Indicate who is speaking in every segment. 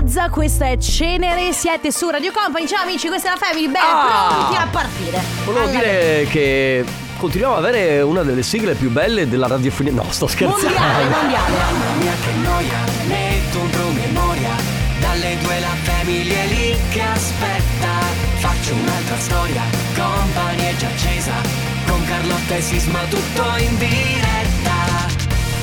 Speaker 1: cosa, questa è Cenere, siete su Radio Company. Ciao amici, questa è la Family Band,
Speaker 2: Ah!
Speaker 1: pronti a partire.
Speaker 2: Volevo
Speaker 1: Alla-
Speaker 2: dire che continuiamo ad avere una delle sigle più belle della radiofonia. No, sto scherzando.
Speaker 1: Mondiale, mondiale.
Speaker 3: Mamma mia che noia, metto un promemoria Dalle due la famiglia è lì che aspetta Faccio un'altra storia, compagnie è già accesa Con Carlotta e Sisma tutto in diretta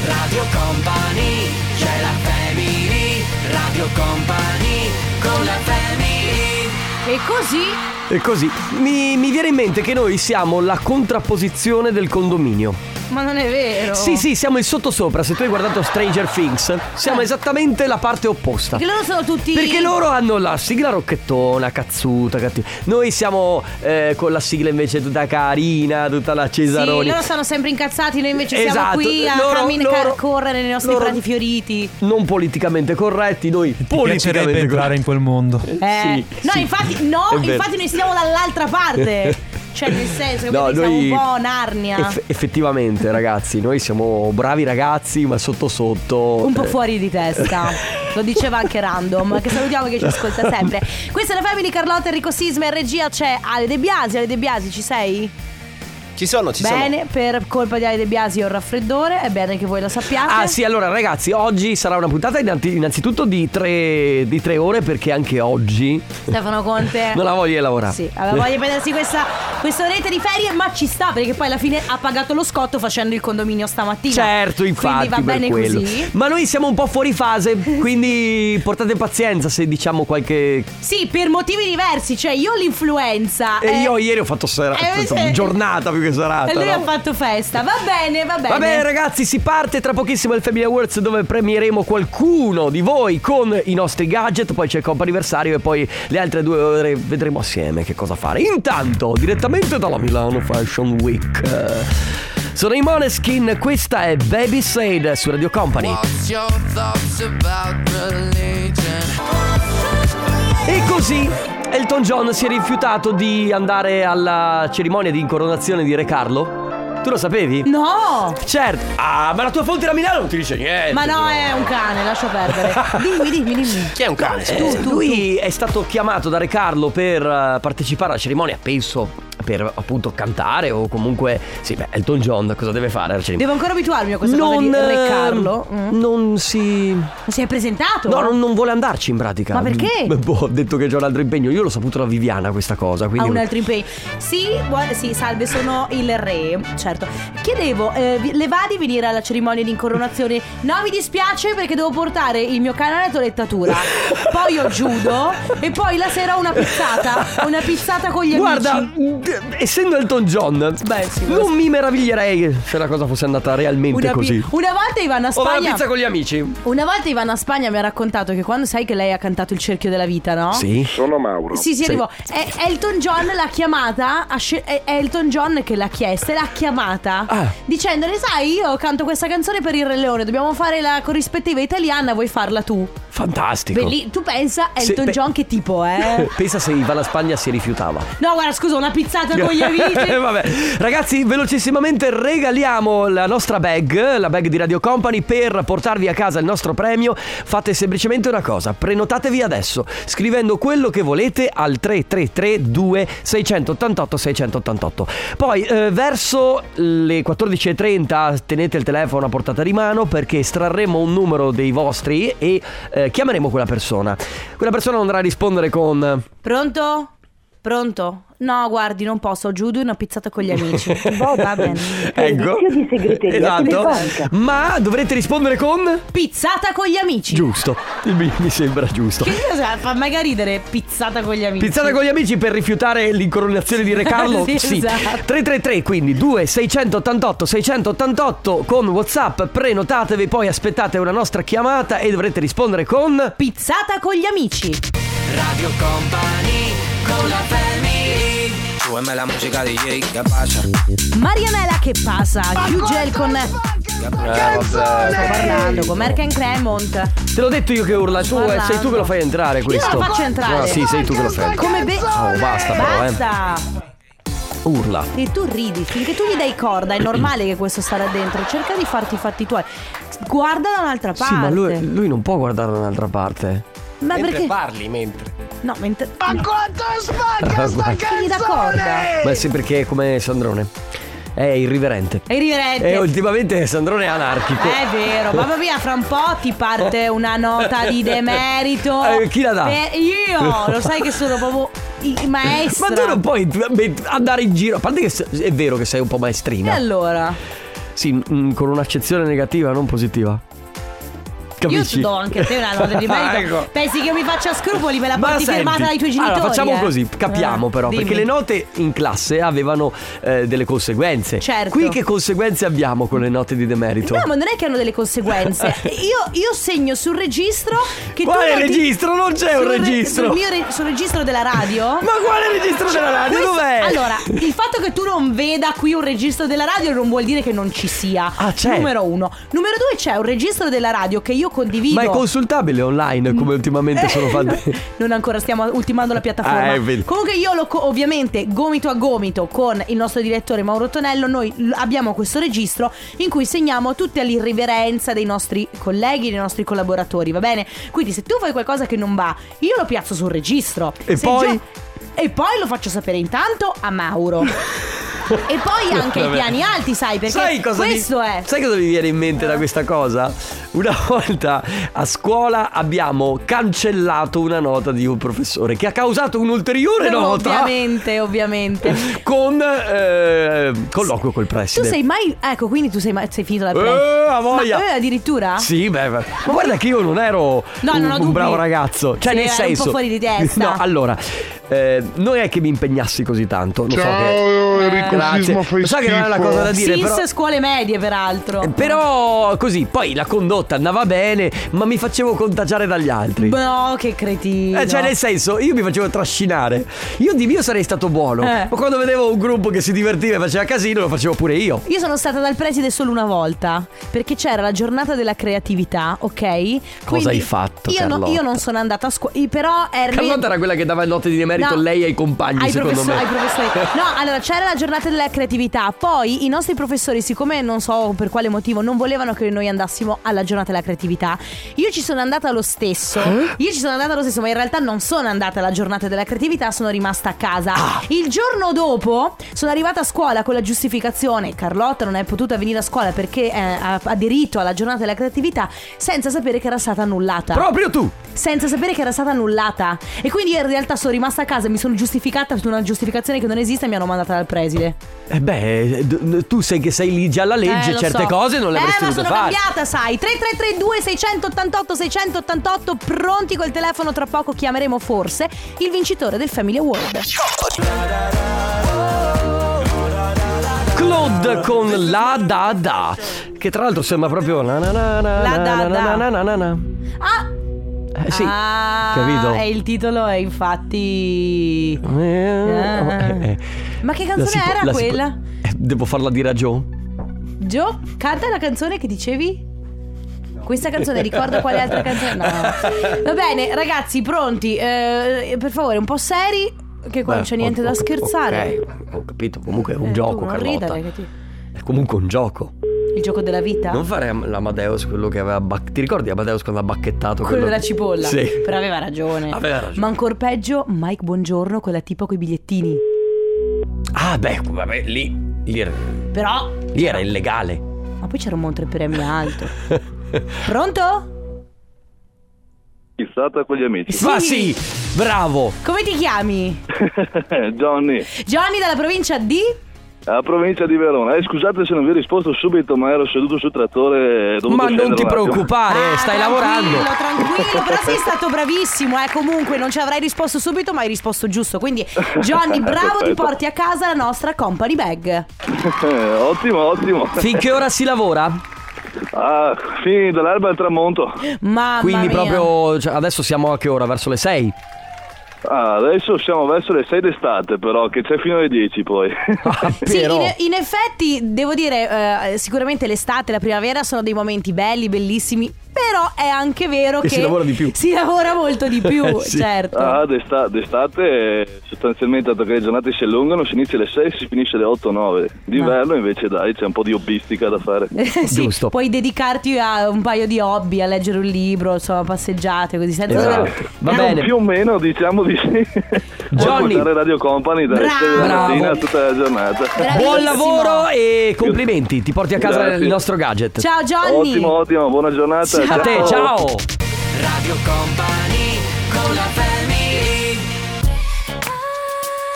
Speaker 3: Radio Company, c'è la family Radio Company, con la family
Speaker 1: E così
Speaker 2: E così mi, mi viene in mente che noi siamo la contrapposizione del condominio.
Speaker 1: Ma non è vero.
Speaker 2: Sì, sì, siamo il sottosopra. Se tu hai guardato Stranger Things,
Speaker 1: Eh.
Speaker 2: siamo esattamente la parte opposta.
Speaker 1: Perché loro sono tutti.
Speaker 2: Perché loro hanno la sigla rocchettona, cazzuta, cattiva. Noi siamo eh, con la sigla invece tutta carina, tutta la
Speaker 1: Sì,
Speaker 2: Cesaroni.
Speaker 1: loro stanno sempre incazzati, noi invece siamo
Speaker 2: Esatto,
Speaker 1: qui a
Speaker 2: loro-
Speaker 1: cammin-
Speaker 2: loro-
Speaker 1: correre nei nostri
Speaker 2: loro-
Speaker 1: prati fioriti.
Speaker 2: Non politicamente corretti, noi
Speaker 4: Ti piacerebbe
Speaker 2: politicamente
Speaker 4: entrare in quel mondo.
Speaker 1: Eh.
Speaker 2: Sì,
Speaker 1: no,
Speaker 2: sì.
Speaker 1: infatti, no,
Speaker 2: È vero.
Speaker 1: infatti noi stiamo dall'altra parte. cioè, nel senso che noi siamo un po' Narnia.
Speaker 2: eff- effettivamente, ragazzi, noi siamo bravi ragazzi, ma sotto sotto.
Speaker 1: un po'
Speaker 2: eh,
Speaker 1: fuori di testa. Lo diceva anche Random, che salutiamo che ci ascolta sempre. Questa è la Family Carlotta Enrico Sisma in regia c'è Ale De Biasi. Ale De Biasi, ci sei?
Speaker 5: Ci sono, ci sono.
Speaker 1: Bene, per colpa di Ale De Biasi ho il raffreddore, è bene che voi lo sappiate.
Speaker 2: Ah sì, allora ragazzi, oggi sarà una puntata innanzi- innanzitutto di tre, di tre ore perché anche oggi
Speaker 1: Stefano Conte.
Speaker 2: non la voglia di lavorare.
Speaker 1: Sì, aveva voglia di prendersi questa, questa oretta di ferie, ma ci sta perché poi alla fine ha pagato lo scotto facendo il condominio stamattina.
Speaker 2: Certo, infatti,
Speaker 1: Quindi va
Speaker 2: per
Speaker 1: bene
Speaker 2: quello.
Speaker 1: così.
Speaker 2: Ma noi siamo un po' fuori fase, quindi portate pazienza se diciamo qualche...
Speaker 1: Sì, per motivi diversi, cioè io ho l'influenza.
Speaker 2: E
Speaker 1: eh,
Speaker 2: io ieri ho fatto serata,
Speaker 1: eh,
Speaker 2: insomma,
Speaker 1: sì.
Speaker 2: giornata più che serata.
Speaker 1: E lui
Speaker 2: no?
Speaker 1: ha fatto festa. Va bene, va bene.
Speaker 2: Va bene ragazzi, si parte tra pochissimo il Family Awards dove premieremo qualcuno di voi con i nostri gadget, poi c'è il comp anniversario e poi le altre due ore vedremo assieme che cosa fare. Intanto, direttamente dalla Milano Fashion Week. eh, Sono i Moneskin, questa è Baby Said su Radio Company. E così Elton John si è rifiutato di andare alla cerimonia di incoronazione di Re Carlo? Tu lo sapevi?
Speaker 1: No!
Speaker 2: Certo. Ah, ma la tua fonte da Milano non ti dice niente.
Speaker 1: Ma no, è un cane, lascia perdere. Dimmi, dimmi, dimmi.
Speaker 5: Chi è un cane?
Speaker 2: Eh, lui è stato chiamato da Re Carlo per eh, partecipare alla cerimonia, penso per appunto cantare o comunque sì, beh, Elton John cosa deve fare alla cerimonia?
Speaker 1: Devo ancora abituarmi a questa
Speaker 2: non
Speaker 1: cosa di Re
Speaker 2: eh,
Speaker 1: Carlo. Mm.
Speaker 2: Non si
Speaker 1: Non si è presentato?
Speaker 2: No, non, non vuole andarci in pratica.
Speaker 1: Ma perché?
Speaker 2: Beh, boh, ho detto che c'è un altro impegno. Io l'ho saputo da Viviana questa cosa,
Speaker 1: Ha
Speaker 2: quindi
Speaker 1: un altro impegno. Sì, buo- sì, salve, sono il re. Certo. Chiedevo, eh, vi- le va di venire alla cerimonia di incoronazione? No, mi dispiace perché devo portare il mio cane alla toilettatura. poi ho judo e poi la sera ho una pizzata. Una pizzata con gli
Speaker 2: Guarda, mm,
Speaker 1: amici.
Speaker 2: d- essendo Elton John,
Speaker 1: Beh, sì, questo.
Speaker 2: non mi meraviglierei se la cosa fosse andata realmente
Speaker 1: Una, pi-
Speaker 2: così.
Speaker 1: una volta Ivana
Speaker 2: O la
Speaker 1: Spagna
Speaker 2: pizza con gli amici.
Speaker 1: Una volta Ivana Spagna mi ha raccontato che quando sai che lei ha cantato il cerchio della vita, no?
Speaker 2: Sì.
Speaker 6: Sono Mauro.
Speaker 1: Sì, sì, arrivò. E- Elton John l'ha chiamata. ha sce- è Elton John che l'ha chiesta e l'ha chiamata
Speaker 2: Ah.
Speaker 1: dicendole: Sai, io canto questa canzone per il Re Leone. Dobbiamo fare la corrispettiva italiana. Vuoi farla tu?
Speaker 2: Fantastico.
Speaker 1: Belli- tu pensa,
Speaker 2: Ecco. Sì,
Speaker 1: Elton
Speaker 2: beh-
Speaker 1: John, che tipo, eh?
Speaker 2: Pensa se Ivana Spagna si rifiutava.
Speaker 1: No, guarda, scusa, una pizzata Esatto, con gli amici.
Speaker 2: Eh, Vabbè. Ragazzi, velocissimamente regaliamo la nostra bag, la bag di Radio Company, per portarvi a casa il nostro premio. Fate semplicemente una cosa: prenotatevi adesso, scrivendo quello che volete al 3332 688 688. Poi, eh, verso le 14.30, tenete il telefono a portata di mano perché estrarremo un numero dei vostri e eh, chiameremo quella persona. Quella persona andrà a rispondere con.
Speaker 1: Pronto? Pronto? No, guardi, non posso. Ho Giudo e una pizzata con gli amici. Boh, va bene.
Speaker 2: Eh, Ecco.
Speaker 7: Servizio di segreteria
Speaker 2: Esatto.
Speaker 7: telefonica.
Speaker 2: Ma dovrete rispondere con
Speaker 1: Pizzata con gli amici.
Speaker 2: giusto. Mi, mi sembra giusto.
Speaker 1: Che cosa fa mega ridere pizzata con gli amici.
Speaker 2: Pizzata con gli amici per rifiutare l'incoronazione di Re Carlo?
Speaker 1: Sì, esatto.
Speaker 2: 333 quindi 2688 688 con WhatsApp, prenotatevi, poi aspettate una nostra chiamata e dovrete rispondere con
Speaker 1: Pizzata con gli amici.
Speaker 3: Radio Company, con la family
Speaker 5: Súbeme la música de Jay, ¿qué pasa?
Speaker 1: Marianella che passa. Hugel con. Sto parlando con Merken Cremont.
Speaker 2: Te l'ho detto io che urla, tu eh,
Speaker 1: Parlando.
Speaker 2: sei tu che lo fai entrare questo.
Speaker 1: lo faccio entrare.
Speaker 2: No, sì, sei tu che lo fai.
Speaker 1: Come be-
Speaker 2: Oh, basta però, eh.
Speaker 1: Basta.
Speaker 2: Urla.
Speaker 1: E tu ridi finché tu gli dai corda. È normale che questo starà dentro. Cerca di farti i fatti tuoi. Guarda da un'altra parte.
Speaker 2: Sì, ma lui, lui non può guardare da un'altra parte.
Speaker 1: Ma
Speaker 5: mentre
Speaker 1: perché?
Speaker 5: parli, mentre.
Speaker 1: No, mentre.
Speaker 2: Ma
Speaker 1: Figli d'accordo. È
Speaker 2: sì, perché è come Sandrone. È irriverente.
Speaker 1: irriverente.
Speaker 2: E ultimamente Sandrone è anarchico.
Speaker 1: È vero, mamma mia, fra un po' ti parte una nota di demerito.
Speaker 2: Eh, chi la dà?
Speaker 1: Per- io, lo sai che sono proprio i maestra.
Speaker 2: Ma tu non puoi beh, andare in giro. A parte che se- è vero che sei un po'
Speaker 1: E
Speaker 2: maestrina.
Speaker 1: Eh, allora?
Speaker 2: Sì, mm, con un'accezione negativa, non positiva. Capisci?
Speaker 1: Io ti do anche a te una nota di merito.
Speaker 2: Ecco.
Speaker 1: Pensi che io mi faccia scrupoli? Me la
Speaker 2: Ma
Speaker 1: porti
Speaker 2: senti,
Speaker 1: firmata dai tuoi genitori?
Speaker 2: Allora facciamo
Speaker 1: eh?
Speaker 2: così, capiamo
Speaker 1: Eh,
Speaker 2: però,
Speaker 1: dimmi.
Speaker 2: perché le note in classe avevano eh, delle conseguenze.
Speaker 1: Certo.
Speaker 2: Qui che conseguenze abbiamo con le note di demerito?
Speaker 1: No, ma non è che hanno delle conseguenze. Io, io segno sul registro che
Speaker 2: Eh. Quale
Speaker 1: tu. non ti-
Speaker 2: registro? Non c'è un
Speaker 1: sul re-
Speaker 2: registro.
Speaker 1: sul, mio re- sul registro della radio?
Speaker 2: Ma quale registro della radio?
Speaker 1: Questo-
Speaker 2: Dov'è?
Speaker 1: Allora, il fatto che tu non veda qui un registro della radio non vuol dire che non ci sia.
Speaker 2: Ah, c'è.
Speaker 1: Numero uno. Numero due, c'è un registro della radio che io condivido.
Speaker 2: Ma è consultabile online
Speaker 1: Mm.
Speaker 2: come ultimamente sono fatte.
Speaker 1: Eh, Non ancora stiamo ultimando la piattaforma.
Speaker 2: Ah, è vero.
Speaker 1: Comunque io lo co- ovviamente gomito a gomito con il nostro direttore Mauro Tonello, noi l- abbiamo questo registro in cui segniamo tutta l'irriverenza dei nostri colleghi, dei nostri collaboratori, va bene? Quindi se tu fai qualcosa che non va, io lo piazzo sul registro.
Speaker 2: E
Speaker 1: Se
Speaker 2: poi?
Speaker 1: E poi lo faccio sapere intanto a Mauro. e poi anche ai
Speaker 2: Vabbè.
Speaker 1: piani alti, sai, perché
Speaker 2: Sai cosa
Speaker 1: questo
Speaker 2: mi,
Speaker 1: è
Speaker 2: Sai cosa mi viene in mente da questa cosa? Una volta a scuola abbiamo cancellato una nota di un professore che ha causato un'ulteriore
Speaker 1: No,
Speaker 2: nota
Speaker 1: Ovviamente, ovviamente.
Speaker 2: con eh, colloquio col
Speaker 1: Tu
Speaker 2: preside.
Speaker 1: sei mai. Ecco, quindi tu sei, mai, sei finito la pre.
Speaker 2: Eh, a voglia.
Speaker 1: Ma, eh, addirittura?
Speaker 2: Sì, beh, beh. ma guarda che io non ero
Speaker 1: No,
Speaker 2: un,
Speaker 1: non ho
Speaker 2: un
Speaker 1: dubbi.
Speaker 2: bravo ragazzo. Cioè,
Speaker 1: Sì,
Speaker 2: nel
Speaker 1: era un po'
Speaker 2: senso.
Speaker 1: fuori di testa.
Speaker 2: No, allora, eh, non è che mi impegnassi così tanto. Lo so che. Eh,
Speaker 4: Ciao Enrico
Speaker 2: Grazie.
Speaker 4: Sisma fai
Speaker 2: Lo so che non è una
Speaker 4: schifo.
Speaker 2: cosa da dire,
Speaker 1: Sins
Speaker 2: però.
Speaker 1: scuole medie, peraltro.
Speaker 2: Eh, Però così, poi la condotta andava bene, ma mi facevo contagiare dagli altri.
Speaker 1: No, Boh, che cretino.
Speaker 2: Eh, cioè, nel senso, io mi facevo trascinare. Io di mio sarei stato buono.
Speaker 1: Eh.
Speaker 2: Ma quando vedevo un gruppo che si divertiva e faceva casino, lo facevo pure io.
Speaker 1: Io sono stata dal preside solo una volta perché c'era la giornata della creatività, ok? Quindi
Speaker 2: Cosa hai fatto,
Speaker 1: Io, no-
Speaker 2: Carlotta?
Speaker 1: io non sono andata a scuola, però ero.
Speaker 2: Carlotta era quella che dava note di demerito
Speaker 1: No.
Speaker 2: lei ai compagni,
Speaker 1: Ai
Speaker 2: secondo
Speaker 1: professo-
Speaker 2: me.
Speaker 1: ai professori. No, allora c'era la giornata della creatività. Poi i nostri professori, siccome non so per quale motivo, non volevano che noi andassimo alla giornata della creatività. Io ci sono andata lo stesso.
Speaker 2: Eh?
Speaker 1: Io ci sono andata lo stesso, ma in realtà non sono andata alla giornata della creatività, sono rimasta a casa.
Speaker 2: Ah.
Speaker 1: Il giorno dopo sono arrivata a scuola con la giustificazione. Carlotta non è potuta venire a scuola perché eh, ha aderito alla giornata della creatività senza sapere che era stata annullata
Speaker 2: Proprio tu.
Speaker 1: senza sapere che era stata annullata. E quindi io in realtà sono rimasta a casa, mi sono giustificata su una giustificazione che non esiste e mi hanno mandata dal preside.
Speaker 2: Eh beh, d- tu sei che sei lì già alla legge,
Speaker 1: Eh, lo
Speaker 2: certe
Speaker 1: so.
Speaker 2: cose non le avresti
Speaker 1: Eh, ma
Speaker 2: dovute
Speaker 1: sono
Speaker 2: fare.
Speaker 1: cambiata, sai. 3332 688 688 pronti col telefono tra poco chiameremo forse il vincitore del Family Award.
Speaker 2: Claude con la da da. Che tra l'altro sembra proprio na na na na
Speaker 1: La da
Speaker 2: na na
Speaker 1: da.
Speaker 2: na na na na.
Speaker 1: Ah!
Speaker 2: Eh, sì.
Speaker 1: Ah,
Speaker 2: capito?
Speaker 1: E il titolo è infatti
Speaker 2: Eh, eh, eh.
Speaker 1: Ma che
Speaker 2: La
Speaker 1: canzone
Speaker 2: si può-
Speaker 1: era
Speaker 2: la si può-
Speaker 1: quella?
Speaker 2: Eh, Devo farla dire a Joe?
Speaker 1: Gio, canta la canzone che dicevi? Questa canzone ricorda quale altra canzone? No. Va bene, ragazzi, pronti? Eh, per favore, un po' seri, che qua non c'è
Speaker 2: Beh,
Speaker 1: niente
Speaker 2: ho-
Speaker 1: da
Speaker 2: ho-
Speaker 1: scherzare.
Speaker 2: Eh, Ok, ho capito. Comunque è
Speaker 1: Eh,
Speaker 2: un
Speaker 1: tu
Speaker 2: gioco,
Speaker 1: non
Speaker 2: Carlotta.
Speaker 1: ridere, che ti-
Speaker 2: È comunque un gioco.
Speaker 1: Il gioco della vita?
Speaker 2: Non fare am- l'Amadeus quello che aveva. bac- Ti ricordi Amadeus quando ha bacchettato
Speaker 1: Quello della cipolla. Eh.
Speaker 2: Sì.
Speaker 1: Però aveva ragione.
Speaker 2: Aveva ragione.
Speaker 1: Ma ancora peggio, Mike Buongiorno, quella tipo coi bigliettini.
Speaker 2: Ah, beh, vabbè, lì. Lì era,
Speaker 1: Però.
Speaker 2: lì era illegale.
Speaker 1: Ma poi c'era un montre premio alto. Pronto?
Speaker 6: Fissata con gli amici.
Speaker 2: Ma sì, bravo.
Speaker 1: Come ti chiami?
Speaker 6: Eh, Johnny,
Speaker 1: Gianni dalla provincia di.
Speaker 6: la provincia di Verona. Eh, scusate se non vi ho risposto subito, ma ero seduto sul trattore. e ho dovuto
Speaker 2: Ma non
Speaker 6: scendere
Speaker 2: ti
Speaker 6: un attimo.
Speaker 2: preoccupare,
Speaker 1: Ah,
Speaker 2: stai
Speaker 1: tranquillo,
Speaker 2: lavorando.
Speaker 1: Tranquillo, però sei stato bravissimo. Eh. Comunque non ci avrai risposto subito, ma hai risposto giusto. Quindi, Johnny, bravo, ti
Speaker 6: Perfetto.
Speaker 1: porti a casa la nostra company bag.
Speaker 6: Eh, ottimo, ottimo.
Speaker 2: Finché ora si lavora?
Speaker 6: Ah, fin dall'alba al tramonto.
Speaker 1: Mamma
Speaker 2: Quindi
Speaker 1: mia.
Speaker 2: proprio cioè, adesso siamo a che ora? Verso le 6?
Speaker 6: Ah, adesso siamo verso le 6 d'estate, però, che c'è fino alle 10 poi.
Speaker 2: Ah,
Speaker 1: Sì,
Speaker 2: però.
Speaker 1: in, in effetti devo dire, eh, sicuramente l'estate, la primavera sono dei momenti belli, bellissimi, però Però è anche vero che,
Speaker 2: Che si lavora di più.
Speaker 1: Si lavora molto di più,
Speaker 2: Eh, sì.
Speaker 1: certo.
Speaker 6: Ah, d'esta- d'estate eh, sostanzialmente dato che le giornate si allungano si inizia alle 6 e si finisce alle 8 9 d'inverno invece dai c'è un po' di hobbistica da fare
Speaker 1: Eh, sì,
Speaker 2: Giusto.
Speaker 1: Puoi dedicarti a un paio di hobby, a leggere un libro, insomma, passeggiate, così senza
Speaker 2: Esatto. Va
Speaker 6: Più-
Speaker 2: bene.
Speaker 6: più o meno diciamo di sì Puoi
Speaker 2: Johnny.
Speaker 6: ascoltare Radio Company dalle
Speaker 1: Bravo.
Speaker 6: 6 della mattina
Speaker 2: Bravo.
Speaker 6: tutta la giornata
Speaker 1: Bravissimo.
Speaker 2: Buon lavoro e complimenti. Ti porti a casa
Speaker 6: Grazie.
Speaker 2: il nostro gadget.
Speaker 1: Ciao Johnny.
Speaker 6: ottimo ottimo buona giornata
Speaker 2: A te, ciao.
Speaker 3: Radio Company con la family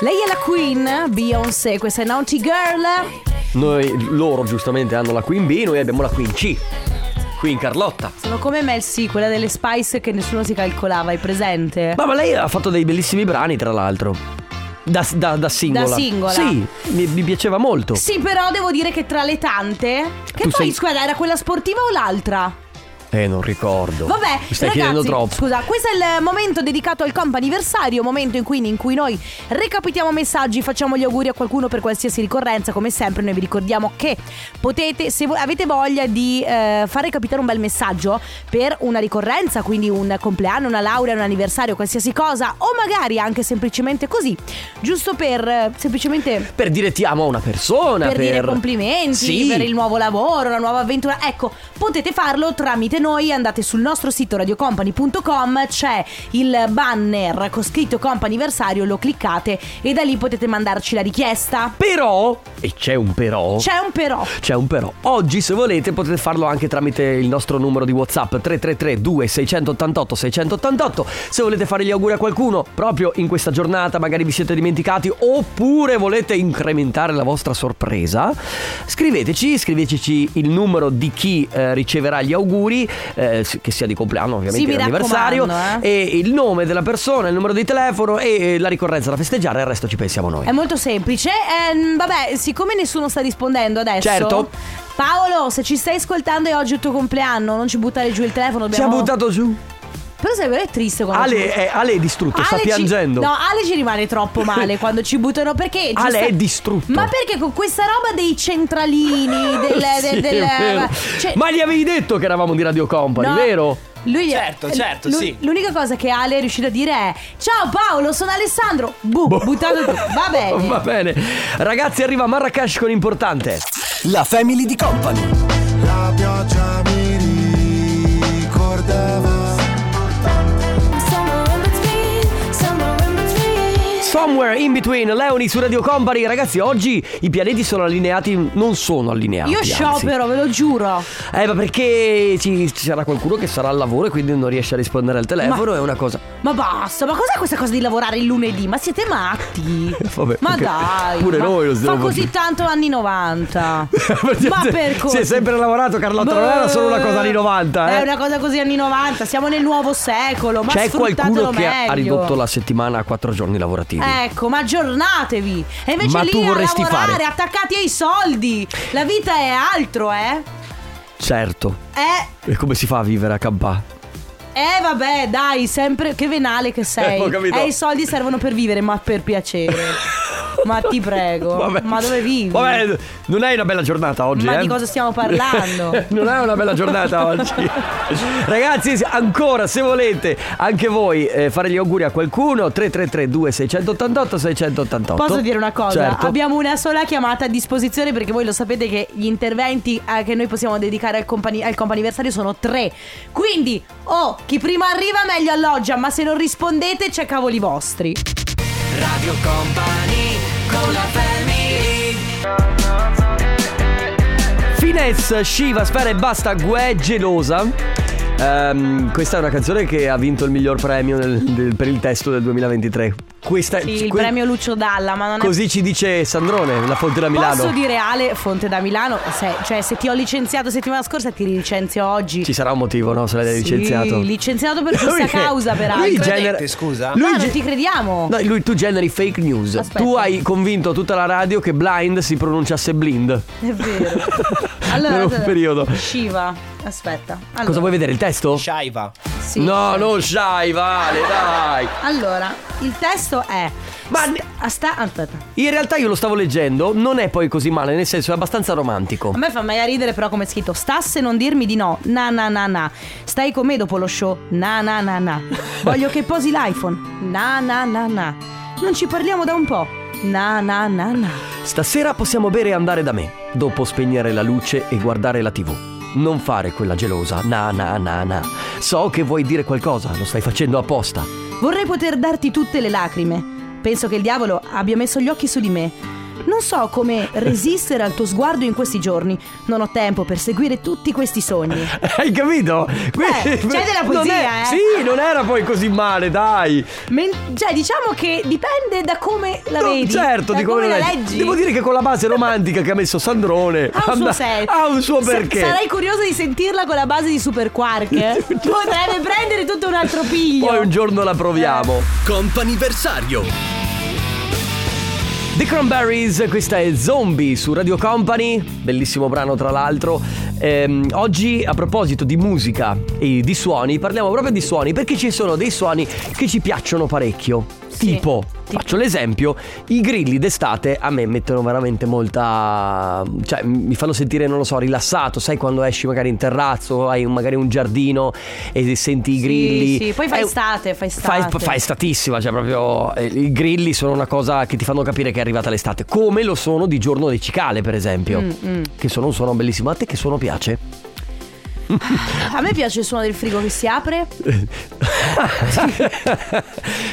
Speaker 1: Lei è la Queen, Beyoncé, questa è Naughty Girl.
Speaker 2: Noi, loro giustamente hanno la Queen B, noi abbiamo la Queen C. Queen Carlotta.
Speaker 1: Sono come Mel C, quella delle Spice che nessuno si calcolava, hai presente?
Speaker 2: Ma, ma lei ha fatto dei bellissimi brani, tra l'altro. Da, da- da singola.
Speaker 1: Da singola.
Speaker 2: Sì, mi, mi piaceva molto.
Speaker 1: Sì, però devo dire che tra le tante. Che
Speaker 2: Tu
Speaker 1: poi,
Speaker 2: sei-
Speaker 1: scusa, era quella sportiva o l'altra?
Speaker 2: Eh, non ricordo.
Speaker 1: Vabbè,
Speaker 2: Mi
Speaker 1: ragazzi,
Speaker 2: stai chiedendo troppo.
Speaker 1: Scusa, questo è il momento dedicato al comp anniversario, momento in cui, in cui noi recapitiamo messaggi, facciamo gli auguri a qualcuno per qualsiasi ricorrenza. Come sempre, noi vi ricordiamo che potete, se vo- avete voglia di eh, far recapitare un bel messaggio per una ricorrenza, quindi un compleanno, una laurea, un anniversario, qualsiasi cosa, o magari anche semplicemente così, giusto per eh, semplicemente.
Speaker 2: Per dire ti amo a una persona.
Speaker 1: Per,
Speaker 2: Per,
Speaker 1: dire complimenti
Speaker 2: Sì.
Speaker 1: per il nuovo lavoro, la nuova avventura. Ecco, potete farlo tramite noi. Andate sul nostro sito radiocompany.com, c'è il banner con scritto comp'anniversario, lo cliccate e da lì potete mandarci la richiesta.
Speaker 2: Però, e c'è un però.
Speaker 1: C'è un però.
Speaker 2: C'è un però. Oggi, se volete, potete farlo anche tramite il nostro numero di WhatsApp 333-2688-688. Se volete fare gli auguri a qualcuno proprio in questa giornata, magari vi siete dimenticati, oppure volete incrementare la vostra sorpresa, scriveteci, scriveteci il numero di chi eh, riceverà gli auguri, eh, s- che sia di compleanno,
Speaker 1: Sì,
Speaker 2: ovviamente,
Speaker 1: mi
Speaker 2: di anniversario,
Speaker 1: raccomando, eh.
Speaker 2: e il nome della persona, il numero di telefono e eh, la ricorrenza da festeggiare, il resto ci pensiamo noi.
Speaker 1: È molto semplice. Ehm, vabbè, siccome nessuno sta rispondendo adesso.
Speaker 2: Certo.
Speaker 1: Paolo, se ci stai ascoltando e oggi è il tuo compleanno, non ci buttare giù il telefono.
Speaker 2: Ci ha
Speaker 1: Dobbiamo...
Speaker 2: buttato giù.
Speaker 1: Però sai, però è triste quando ci
Speaker 2: Ale eh, è, Ale è distrutto, sta
Speaker 1: Ale ci-
Speaker 2: piangendo.
Speaker 1: no, Ale ci rimane troppo male quando ci buttano perché. ci
Speaker 2: Ale è distrutto.
Speaker 1: Ma perché con questa roba dei centralini, del.
Speaker 2: Sì,
Speaker 1: del- del-
Speaker 2: è vero.
Speaker 1: cioè-
Speaker 2: Ma gli avevi detto che eravamo di Radio Company,
Speaker 1: no,
Speaker 2: vero?
Speaker 1: Lui, eh,
Speaker 5: Certo, certo,
Speaker 1: l'u-
Speaker 5: sì.
Speaker 1: L'unica cosa che Ale è riuscito a dire è: Ciao Paolo, sono Alessandro. Buh,
Speaker 2: Boh.
Speaker 1: buttato giù. Va bene.
Speaker 2: Va bene. Ragazzi, arriva Marrakesh con importante.
Speaker 3: La family di Company
Speaker 4: La pioggia mi ricordava
Speaker 2: Somewhere in between, Leoni su Radio Company. Ragazzi, oggi i pianeti sono allineati, non sono allineati.
Speaker 1: Io
Speaker 2: anzi.
Speaker 1: sciopero, ve lo giuro.
Speaker 2: Eh, ma perché ci, ci sarà qualcuno che sarà al lavoro e quindi non riesce a rispondere al telefono? È una cosa.
Speaker 1: Ma basta, ma cos'è questa cosa di lavorare il lunedì? Ma siete matti?
Speaker 2: Vabbè,
Speaker 1: ma
Speaker 2: ok.
Speaker 1: dai,
Speaker 2: Pure
Speaker 1: ma
Speaker 2: noi lo
Speaker 1: fa
Speaker 2: stiamo
Speaker 1: così
Speaker 2: facendo.
Speaker 1: tanto anni 90. ma per cosa?
Speaker 2: Si è sempre lavorato, Carlotta. Non era solo una cosa anni 90, eh.
Speaker 1: È una cosa così anni 90, siamo nel nuovo secolo, ma
Speaker 2: C'è qualcuno
Speaker 1: sfruttatelo
Speaker 2: che ha-
Speaker 1: meglio.
Speaker 2: ha ridotto la settimana a quattro giorni lavorativi.
Speaker 1: Ecco, ma aggiornatevi. E invece
Speaker 2: Ma
Speaker 1: lì
Speaker 2: tu
Speaker 1: a
Speaker 2: vorresti
Speaker 1: lavorare,
Speaker 2: fare?
Speaker 1: attaccati ai soldi. La vita è altro, eh?
Speaker 2: Certo.
Speaker 1: Eh,
Speaker 2: E come si fa a vivere a campà?
Speaker 1: eh vabbè, dai, sempre che venale che sei.
Speaker 2: Eh, ho capito.
Speaker 1: Eh, i soldi servono per vivere, ma per piacere. ma ti prego,
Speaker 2: Vabbè.
Speaker 1: ma dove vivi?
Speaker 2: Vabbè, non è una bella giornata oggi.
Speaker 1: Ma di
Speaker 2: eh?
Speaker 1: cosa stiamo parlando?
Speaker 2: non è una bella giornata oggi. Ragazzi, se- ancora se volete anche voi eh, fare gli auguri a qualcuno 333 2688 688.
Speaker 1: Posso dire una cosa?
Speaker 2: Certo.
Speaker 1: Abbiamo una sola chiamata a disposizione perché voi lo sapete che gli interventi eh, che noi possiamo dedicare al, compani- al companiversario sono tre. Quindi, oh, chi prima arriva meglio alloggia, ma se non rispondete c'è cavoli vostri.
Speaker 3: Radio Company con la family
Speaker 2: Finesse, Shiva, Sfera e Basta, Gue Gelosa. Ehm, questa è una canzone che ha vinto il miglior premio nel- del- per il testo del 2023. Questa
Speaker 1: Sì, il
Speaker 2: que-
Speaker 1: premio Lucio Dalla, ma non è...
Speaker 2: Così ci dice Sandrone, la fonte da Milano.
Speaker 1: Posso dire Ale, fonte da Milano, se- cioè se ti ho licenziato settimana scorsa ti licenzio oggi.
Speaker 2: Ci sarà un motivo, no? Se l'hai
Speaker 1: Sì,
Speaker 2: licenziato.
Speaker 1: licenziato per giusta
Speaker 2: Lui-
Speaker 1: causa, peraltro.
Speaker 2: lui
Speaker 1: Ma
Speaker 2: genera-
Speaker 5: Credete, scusa?
Speaker 2: Lui
Speaker 1: non
Speaker 2: ge-
Speaker 1: ti crediamo.
Speaker 2: No, lui- tu generi fake news.
Speaker 1: Aspetta.
Speaker 2: Tu hai convinto tutta la radio che blind si pronunciasse blind.
Speaker 1: È vero. Allora,
Speaker 2: Per un periodo.
Speaker 1: Shiva, aspetta. Allora,
Speaker 2: Cosa vuoi vedere? Il testo?
Speaker 5: Shaiva.
Speaker 1: sì.
Speaker 2: No, non shy, vale, dai.
Speaker 1: Allora, il testo è
Speaker 2: Ma
Speaker 1: Sta- ah, sta- aspetta.
Speaker 2: in realtà io lo stavo leggendo, non è poi così male, nel senso è abbastanza romantico.
Speaker 1: A me fa mai a ridere però come è scritto Stasse non dirmi di no Na na na na Stai con me dopo lo show Na na na na Voglio che posi l'iPhone Na na na na Non ci parliamo da un po' Na na na na
Speaker 2: Stasera possiamo bere e andare da me, dopo spegnere la luce e guardare la tv. Non fare quella gelosa, na na na na. So che vuoi dire qualcosa, lo stai facendo apposta.
Speaker 1: Vorrei poter darti tutte le lacrime Penso che il diavolo abbia messo gli occhi su di me Non so come resistere al tuo sguardo in questi giorni Non ho tempo per seguire tutti questi sogni
Speaker 2: Hai capito?
Speaker 1: Beh, c'è della
Speaker 2: Non
Speaker 1: poesia,
Speaker 2: è-
Speaker 1: eh.
Speaker 2: Sì, non era poi così male, dai.
Speaker 1: Men- Cioè diciamo che dipende da come la
Speaker 2: No,
Speaker 1: vedi
Speaker 2: certo,
Speaker 1: da
Speaker 2: di come,
Speaker 1: la
Speaker 2: leggi.
Speaker 1: leggi
Speaker 2: Devo dire che con la base romantica che ha messo Sandrone
Speaker 1: Ha un suo
Speaker 2: and-
Speaker 1: set.
Speaker 2: ha un suo
Speaker 1: Sa-
Speaker 2: perché.
Speaker 1: sarei curiosa di sentirla con la base di Super Quark. Potrebbe prendere tutto un altro piglio.
Speaker 2: Poi un giorno la proviamo.
Speaker 1: Eh.
Speaker 3: Comp'anniversario
Speaker 2: The Cranberries, questa è Zombie su Radio Company, bellissimo brano tra l'altro. Ehm, oggi a proposito di musica e di suoni, parliamo proprio di suoni perché ci sono dei suoni che ci piacciono parecchio.
Speaker 1: Sì,
Speaker 2: tipo,
Speaker 1: tipo.
Speaker 2: faccio l'esempio, i grilli d'estate a me mettono veramente molta... cioè mi fanno sentire, non lo so, rilassato, sai quando esci magari in terrazzo, hai un- magari un giardino e senti i
Speaker 1: Sì,
Speaker 2: grilli.
Speaker 1: sì, poi fa
Speaker 2: È-
Speaker 1: estate, fa
Speaker 2: Fa,
Speaker 1: estate.
Speaker 2: fa estatissima, cioè proprio eh, i grilli sono una cosa che ti fanno capire che è arrivata l'estate, come lo sono di giorno del cicale, per esempio,
Speaker 1: Mm, mm.
Speaker 2: che sono un suono bellissimo. A te che suono piace?
Speaker 1: A me piace il suono del frigo che si apre.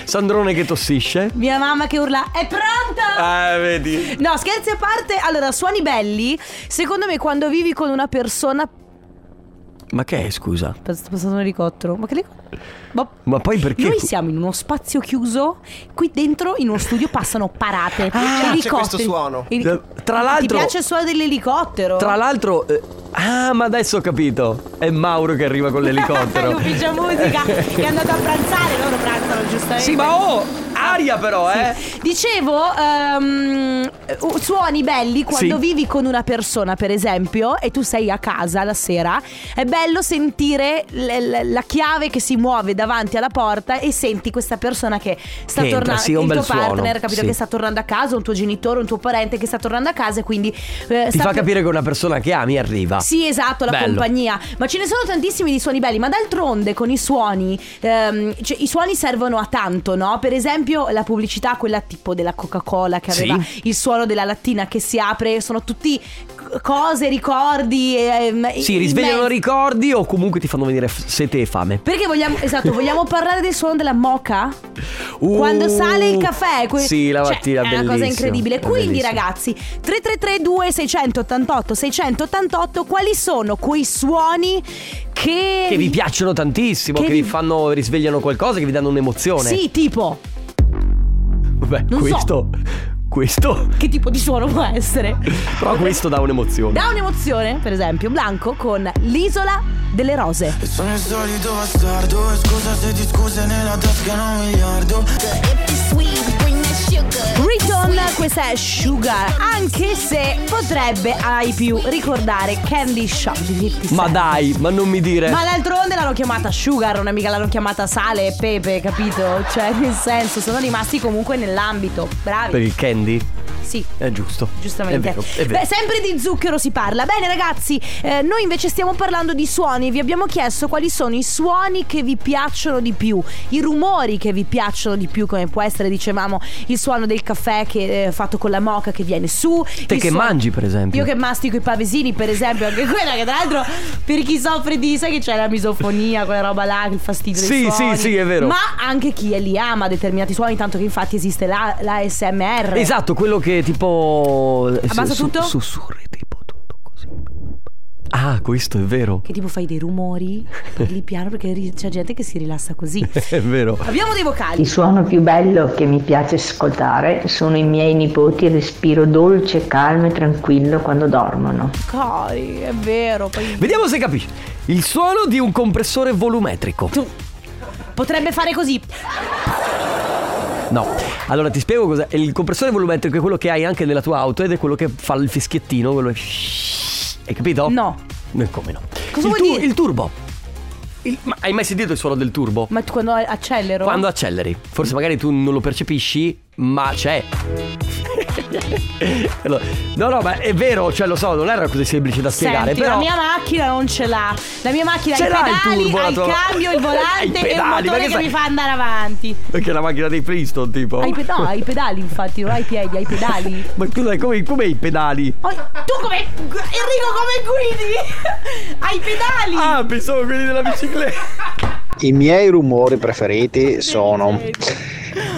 Speaker 2: Sandrone che tossisce.
Speaker 1: Mia mamma che urla: È pronta!
Speaker 2: Eh, vedi.
Speaker 1: No, scherzi a parte. Allora, suoni belli. Secondo me, quando vivi con una persona.
Speaker 2: Ma che è, scusa?
Speaker 1: Pens- Pensavo un elicottero. Ma che elicottero? Boh. Ma-
Speaker 2: Ma poi perché?
Speaker 1: Noi siamo in uno spazio chiuso, qui dentro in uno studio passano parate.
Speaker 2: Ah,
Speaker 1: elicotteri.
Speaker 5: c'è questo suono.
Speaker 1: Eli-
Speaker 2: Tra l'altro-
Speaker 1: Ti piace il suono dell'elicottero?
Speaker 2: Tra l'altro... eh, ah, ma adesso ho capito. È Mauro che arriva con l'elicottero.
Speaker 1: L'ufficio musica che è andato a pranzare, loro pranzano giustamente.
Speaker 2: sì, ma oh! Aria però, eh!
Speaker 1: Dicevo, ehm, uh, suoni belli quando
Speaker 2: Sì.
Speaker 1: vivi con una persona, per esempio, e tu sei a casa la sera, è bello sentire l- l- la chiave che si muove davanti alla porta e senti questa persona che sta
Speaker 2: Che entra,
Speaker 1: tornando,
Speaker 2: sì,
Speaker 1: il
Speaker 2: un bel
Speaker 1: tuo partner,
Speaker 2: suono,
Speaker 1: capito,
Speaker 2: sì.
Speaker 1: che sta tornando a casa, un tuo genitore, un tuo parente che sta tornando a casa e quindi... eh,
Speaker 2: Ti
Speaker 1: sta
Speaker 2: fa
Speaker 1: per-
Speaker 2: capire che una persona che ami arriva.
Speaker 1: Sì, esatto, la
Speaker 2: Ah. Bello.
Speaker 1: compagnia. Ma ce ne sono tantissimi di suoni belli, ma d'altronde con i suoni, ehm, cioè, i suoni servono a tanto, no? Per esempio la pubblicità, quella tipo della Coca-Cola che
Speaker 2: Sì.
Speaker 1: aveva il suono della lattina che si apre, sono tutti c- cose, ricordi. ehm,
Speaker 2: Sì,
Speaker 1: immensi.
Speaker 2: risvegliano ricordi o comunque ti fanno venire f- sete e fame.
Speaker 1: Perché vogliamo, esatto, vogliamo parlare del suono della moca?
Speaker 2: Uh,
Speaker 1: Quando sale il caffè, que-
Speaker 2: sì, la
Speaker 1: cioè,
Speaker 2: mattina
Speaker 1: è una cosa
Speaker 2: bellissimo,
Speaker 1: incredibile.
Speaker 2: è
Speaker 1: Quindi,
Speaker 2: bellissimo.
Speaker 1: ragazzi, 3332 688 688 quali sono quei suoni che
Speaker 2: Che vi piacciono tantissimo,
Speaker 1: Che
Speaker 2: che,
Speaker 1: vi-
Speaker 2: vi fanno, risvegliano qualcosa, che vi danno un'emozione.
Speaker 1: Sì, tipo
Speaker 2: Beh,
Speaker 1: non so.
Speaker 2: questo. Questo.
Speaker 1: che tipo di suono può essere?
Speaker 2: Però questo dà un'emozione.
Speaker 1: Da un'emozione, per esempio, Blanco con l'isola delle rose.
Speaker 4: Sono il solito bastardo e scusa se ti scuse nella tasca non un miliardo
Speaker 1: Riton, questa è Sugar, anche se potrebbe ai più ricordare Candy Shop di 50 Cent.
Speaker 2: Ma dai, ma non mi dire.
Speaker 1: Ma d'altronde l'hanno chiamata Sugar, non è mica l'hanno chiamata Sale e Pepe, capito? Cioè, nel senso, sono rimasti comunque nell'ambito. Bravi.
Speaker 2: Per il candy?
Speaker 1: Sì.
Speaker 2: È giusto.
Speaker 1: Giustamente.
Speaker 2: È vero, è vero.
Speaker 1: Beh, sempre di zucchero si parla. Bene, ragazzi, eh, noi invece stiamo parlando di suoni. Vi abbiamo chiesto quali sono i suoni che vi piacciono di più, i rumori che vi piacciono di più, come può essere, dicevamo, il suono del caffè che è fatto con la moca che viene su.
Speaker 2: Te
Speaker 1: il
Speaker 2: che
Speaker 1: suono-
Speaker 2: mangi, per esempio.
Speaker 1: Io che mastico i pavesini, per esempio, anche quella che tra l'altro per chi soffre di, sai che c'è la misofonia, quella roba là, il fastidio dei
Speaker 2: Sì,
Speaker 1: suoni.
Speaker 2: sì, sì, è vero.
Speaker 1: Ma anche chi è lì ama determinati suoni, tanto che infatti esiste la, la SMR.
Speaker 2: Esatto, quello che tipo. eh,
Speaker 1: Abbassa tutto?
Speaker 2: Sussurri, tipo tutto così. Ah, questo è vero.
Speaker 1: Che tipo fai dei rumori lì piano perché ri- c'è gente che si rilassa così.
Speaker 2: È vero.
Speaker 1: Abbiamo dei vocali.
Speaker 7: Il suono più bello che mi piace ascoltare sono i miei nipoti, il respiro dolce, calmo e tranquillo quando dormono.
Speaker 1: Cari, è vero. poi-
Speaker 2: Vediamo se capisci. Il suono di un compressore volumetrico.
Speaker 1: Potrebbe fare così.
Speaker 2: No, allora ti spiego cos'è. Il compressore volumetrico è quello che hai anche nella tua auto ed è quello che fa il fischiettino, quello. Hai capito?
Speaker 1: No.
Speaker 2: Eh, Come no?
Speaker 1: Cosa
Speaker 2: il,
Speaker 1: vuol dire?
Speaker 2: il turbo. Il- ma hai mai sentito il suono del turbo?
Speaker 1: Ma tu quando accelero?
Speaker 2: Quando acceleri. Forse magari tu non lo percepisci, ma c'è. Allora, no, no, ma è vero, cioè lo so, non era così semplice da spiegare,
Speaker 1: Senti,
Speaker 2: però...
Speaker 1: la mia macchina non ce l'ha. La mia macchina ha
Speaker 2: Ce
Speaker 1: i
Speaker 2: l'ha il
Speaker 1: pedali,
Speaker 2: turbo,
Speaker 1: ha
Speaker 2: la
Speaker 1: il
Speaker 2: tua-
Speaker 1: cambio, il
Speaker 2: Ha i
Speaker 1: volante e il
Speaker 2: pedali, ma
Speaker 1: motore
Speaker 2: che
Speaker 1: che
Speaker 2: sai- Boh.
Speaker 1: mi fa andare avanti.
Speaker 2: Perché è la macchina dei Princeton, tipo.
Speaker 1: Ha i, ped- no, ha i pedali, infatti, non hai i piedi, hai i pedali.
Speaker 2: Ma scusa, come, come i pedali?
Speaker 1: Oh, tu come. Enrico, come guidi? Hai i pedali!
Speaker 2: Ah, pensavo quelli della bicicletta.
Speaker 8: I miei rumori preferiti sono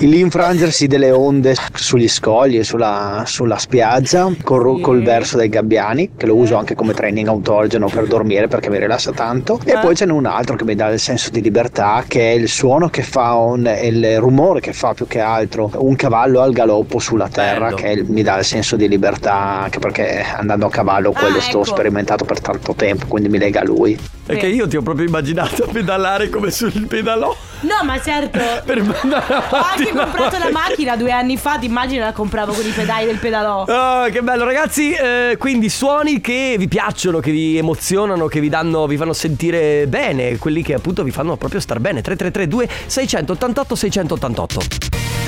Speaker 8: l'infrangersi delle onde sugli scogli e sulla, sulla spiaggia col, ru- col verso dei gabbiani che lo uso anche come training autogeno per dormire perché mi rilassa tanto e
Speaker 1: Ah.
Speaker 8: poi ce n'è un altro che mi dà il senso di libertà che è il suono che fa un, e il rumore che fa più che altro un cavallo al galoppo sulla terra
Speaker 2: Bello.
Speaker 8: che è il- mi dà il senso di libertà anche perché andando a cavallo quello
Speaker 1: Ah,
Speaker 8: sto
Speaker 1: ecco.
Speaker 8: sperimentato per tanto tempo quindi mi lega a lui
Speaker 2: Perché io ti ho proprio immaginato a pedalare come sul pedalò
Speaker 1: No, ma certo.
Speaker 2: per mandare avanti.
Speaker 1: Ho anche
Speaker 2: la
Speaker 1: comprato la macchina due anni fa, ti immagini la compravo con i pedali del pedalò.
Speaker 2: Ah, che bello ragazzi, eh, quindi suoni che vi piacciono, che vi emozionano, che vi, danno, vi fanno sentire bene, quelli che appunto vi fanno proprio star bene. 3332 688 688.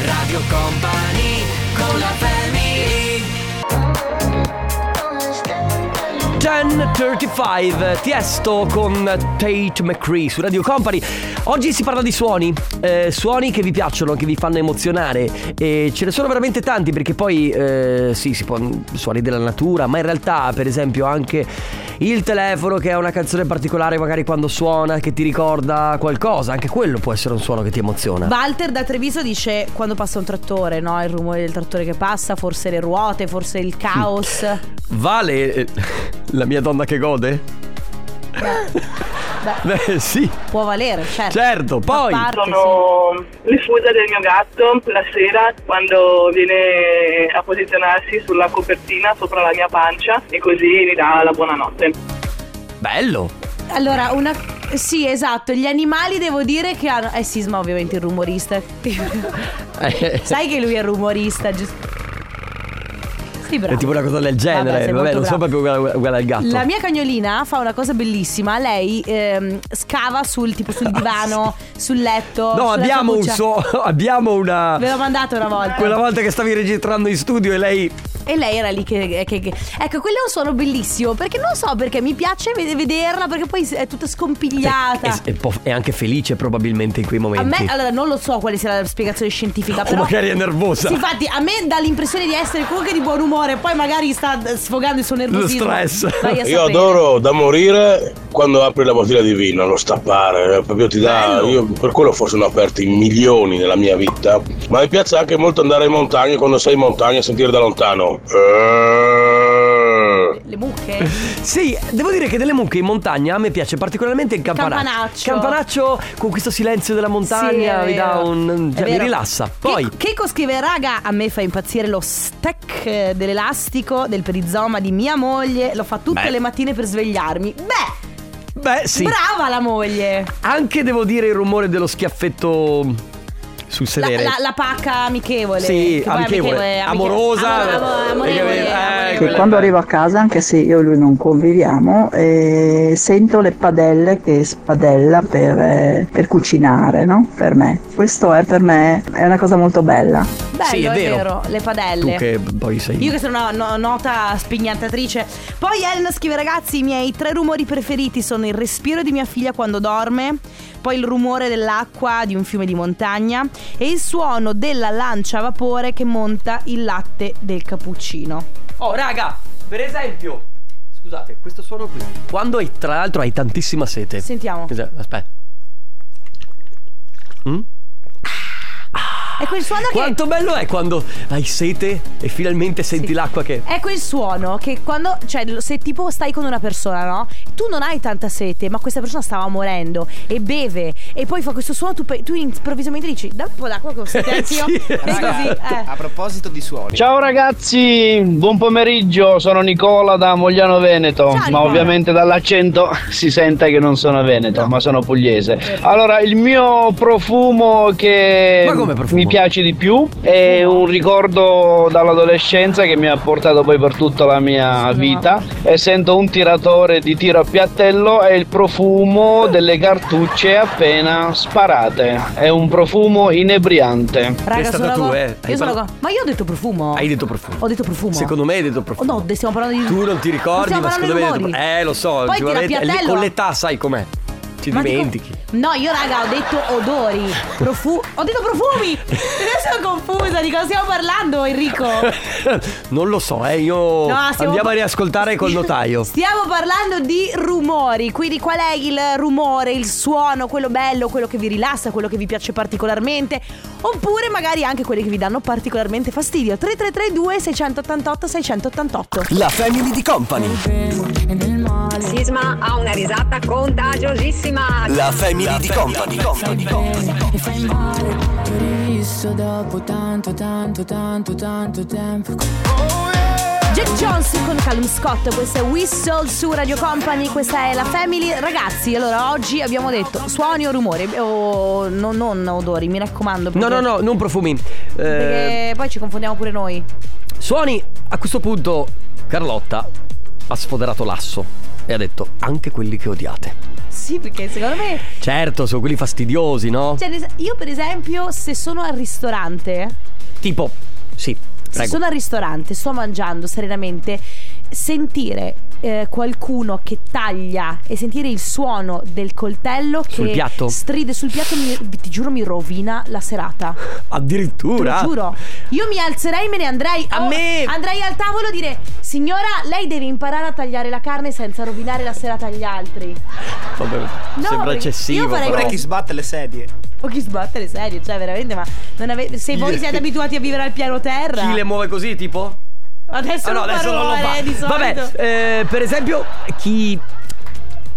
Speaker 3: Radio Company con la family
Speaker 2: Gen 35 Tiesto con Tate McCree su Radio Company. Oggi si parla di suoni, eh, suoni che vi piacciono, che vi fanno emozionare e ce ne sono veramente tanti perché poi eh, sì, si può suoni della natura, ma in realtà per esempio anche il telefono che è una canzone particolare magari quando suona che ti ricorda qualcosa, anche quello può essere un suono che ti emoziona.
Speaker 1: Walter da Treviso dice quando passa un trattore, no? Il rumore del trattore che passa, forse le ruote, forse il caos.
Speaker 2: vale eh, la mia donna che gode? Beh, sì,
Speaker 1: Può valere, certo.
Speaker 2: certo,
Speaker 1: Fa
Speaker 2: poi
Speaker 1: parte,
Speaker 9: Sono rifugia del mio gatto la sera quando viene a posizionarsi sulla copertina sopra la mia pancia e così mi dà la buonanotte.
Speaker 2: bello.
Speaker 1: sì. Allora, una. Sì, esatto. Gli animali devo dire che hanno. Eh, Sisma, ovviamente, il rumorista.
Speaker 2: Eh,
Speaker 1: Sai che lui è rumorista, giusto? Sì, bravo.
Speaker 2: È tipo una cosa
Speaker 1: Vabbè,
Speaker 2: del genere,
Speaker 1: sei
Speaker 2: vabbè,
Speaker 1: molto
Speaker 2: non so
Speaker 1: bravo.
Speaker 2: proprio uguale, uguale al gatto.
Speaker 1: La mia cagnolina fa una cosa bellissima. Lei ehm, scava sul tipo sul divano, sul letto.
Speaker 2: no,
Speaker 1: sulla
Speaker 2: abbiamo un
Speaker 1: cappuccia.
Speaker 2: so, abbiamo una
Speaker 1: Ve l'ho mandata una volta.
Speaker 2: quella volta che stavi registrando in studio e lei
Speaker 1: E lei era lì che, che- che- Ecco, quello è un suono bellissimo. Perché non so perché mi piace ved- vederla, perché poi è tutta scompigliata.
Speaker 2: è, è po- è anche felice probabilmente in quei
Speaker 1: Ah. a
Speaker 2: momenti.
Speaker 1: me, allora, non lo so quale sia la spiegazione scientifica,
Speaker 2: o
Speaker 1: però.
Speaker 2: magari è nervosa.
Speaker 1: Sì, infatti, a me dà l'impressione di essere comunque di buon umore, poi magari sta sfogando il suo nervosismo.
Speaker 2: stress.
Speaker 1: Vai a sapere.
Speaker 10: Io adoro da morire quando apri la bottiglia di vino, lo stappare, eh, proprio ti dà.
Speaker 2: Bello.
Speaker 10: Io per quello forse ne ho aperti milioni nella mia vita. Ma mi piace anche molto andare in montagna e quando sei in montagna e sentire da lontano. Eh.
Speaker 1: Le mucche.
Speaker 2: Sì, devo dire che delle mucche in montagna a me piace particolarmente il campanaccio.
Speaker 1: Campanaccio.
Speaker 2: Campanaccio con questo silenzio della montagna
Speaker 1: Sì, è
Speaker 2: mi dà
Speaker 1: vero.
Speaker 2: un
Speaker 1: È
Speaker 2: cioè, mi
Speaker 1: vero.
Speaker 2: rilassa. Poi
Speaker 1: Che- Keiko scrive raga a me fa impazzire lo stack eh, dell'elastico del perizoma di mia moglie Lo fa tutte
Speaker 2: Beh.
Speaker 1: le mattine per svegliarmi Beh
Speaker 2: beh, sì.
Speaker 1: brava la moglie
Speaker 2: anche devo dire il rumore dello schiaffetto sul
Speaker 1: la,
Speaker 2: sedere.
Speaker 1: la- la pacca amichevole
Speaker 2: Sì,
Speaker 1: che poi
Speaker 2: amichevole,
Speaker 1: è
Speaker 2: amorosa.
Speaker 1: amore- amore- amorevole,
Speaker 2: Eh,
Speaker 1: amorevole.
Speaker 2: quella- quando arrivo
Speaker 11: a casa, anche se io e lui non conviviamo, sento le padelle che spadella per, cucinare, no? Per me. Questo è per me è una cosa molto bella.
Speaker 1: Bello,
Speaker 2: Sì, è
Speaker 1: è
Speaker 2: vero.
Speaker 1: vero. le padelle
Speaker 2: Tu che poi sei
Speaker 1: Io che sono una no- nota spignantatrice. Poi Elena scrive: Ragazzi, i miei tre rumori preferiti sono il respiro di mia figlia quando dorme, poi il rumore dell'acqua di un fiume di montagna e il suono della lancia a vapore che monta il latte del cappuccino.
Speaker 2: Oh, raga, per esempio. Scusate, questo suono qui. Quando hai, tra l'altro, hai tantissima sete.
Speaker 1: Sentiamo.
Speaker 2: Cos'è? Aspetta. Mm?
Speaker 1: È quel suono che.
Speaker 2: Quanto bello è quando hai sete e finalmente senti
Speaker 1: Sì.
Speaker 2: l'acqua che.
Speaker 1: È quel suono che quando, cioè, lo- se tipo stai con una persona, no? Tu non hai tanta sete, ma questa persona stava morendo e beve e poi fa questo suono, tu, pe- tu improvvisamente dici, dammi un po' d'acqua che ho sete
Speaker 2: Eh,
Speaker 1: anch'io.
Speaker 2: sì, esatto.
Speaker 1: E così, eh.
Speaker 5: A proposito di suoni,
Speaker 9: Ciao ragazzi, buon pomeriggio, sono Nicola da Mogliano Veneto,
Speaker 1: Ciao,
Speaker 9: ma
Speaker 1: Nicola.
Speaker 9: ovviamente dall'accento si sente che non
Speaker 1: Certo.
Speaker 9: sono veneto, ma sono pugliese. Allora, il mio profumo che
Speaker 2: Ma come profumo?
Speaker 9: mi
Speaker 12: piace di più è un ricordo dall'adolescenza che mi ha portato poi per tutta la mia vita. Essendo un tiratore di tiro a piattello è il profumo delle cartucce appena sparate. È un profumo inebriante.
Speaker 1: Raga,
Speaker 2: stata
Speaker 1: sono
Speaker 2: tu,
Speaker 1: la-
Speaker 2: eh.
Speaker 1: io
Speaker 2: Hai
Speaker 1: sono la-
Speaker 2: par-
Speaker 1: Ma io ho detto profumo.
Speaker 2: Hai detto profumo.
Speaker 1: Ho detto profumo. Oh,
Speaker 2: Secondo me hai detto profumo.
Speaker 1: No, de- stiamo parlando di.
Speaker 2: Tu non ti ricordi,
Speaker 1: stiamo
Speaker 2: ma
Speaker 1: parlando
Speaker 2: secondo
Speaker 1: di
Speaker 2: me. hai detto-
Speaker 1: rumori.
Speaker 2: Eh, lo so,
Speaker 1: Poi
Speaker 2: ultimamente
Speaker 1: tira
Speaker 2: è lì-
Speaker 1: piattello.
Speaker 2: con l'età sai com'è. Ti dimentichi.
Speaker 1: No, io raga ho detto odori. Profu- ho detto profumi. Adesso sono confusa di cosa stiamo parlando, Enrico.
Speaker 2: non lo so, eh, io
Speaker 1: stiamo-
Speaker 2: andiamo a riascoltare col notaio.
Speaker 1: Stiamo parlando di rumori, quindi qual è il rumore, il suono, quello bello, quello che vi rilassa, quello che vi piace particolarmente, oppure magari anche quelli che vi danno particolarmente fastidio. 3332 688 688.
Speaker 2: La family di company.
Speaker 13: Sisma ha una risata contagiosissima.
Speaker 14: Mi fai male, ti ho rivisto dopo tanto, tanto, tanto, tanto tempo.
Speaker 1: Jack Johnson con Callum Scott, questa è Whistle su Radio Company, questa è la Family. Ragazzi, allora oggi abbiamo detto suoni o rumori, o no- non odori, mi raccomando.
Speaker 2: No,
Speaker 1: perché-
Speaker 2: no, no, non profumi. Eh,
Speaker 1: Perché poi ci confondiamo pure noi.
Speaker 2: Suoni a questo punto Carlotta ha sfoderato l'asso e ha detto anche quelli che odiate.
Speaker 1: Sì, perché secondo me
Speaker 2: Certo, sono quelli fastidiosi, no?
Speaker 1: Cioè, nel- io per esempio, se sono al ristorante,
Speaker 2: Tipo, sì,
Speaker 1: se
Speaker 2: prego.
Speaker 1: Cioè- sono al ristorante, sto mangiando serenamente, sentire eh, qualcuno che taglia e sentire il suono del coltello che
Speaker 2: Sul piatto?
Speaker 1: stride sul piatto, mi- ti giuro, mi rovina la serata. Te
Speaker 2: Addirittura.
Speaker 1: lo giuro. Io mi alzerei e me ne andrei. A me! Andrei al tavolo e dire: Signora, lei deve imparare a tagliare la carne senza rovinare la serata agli altri.
Speaker 2: Vabbè,
Speaker 1: No,
Speaker 2: sembra
Speaker 1: perché
Speaker 2: eccessivo.
Speaker 1: io farei
Speaker 2: però.
Speaker 1: così. Chi
Speaker 5: sbatte le sedie.
Speaker 1: O chi sbatte le serie, cioè veramente, ma non avete- se voi siete abituati a vivere al piano terra.
Speaker 2: Chi le muove così, tipo?
Speaker 1: Adesso
Speaker 2: Ah,
Speaker 1: non fa rumore, eh, di solito.
Speaker 2: Vabbè, eh, per esempio, chi.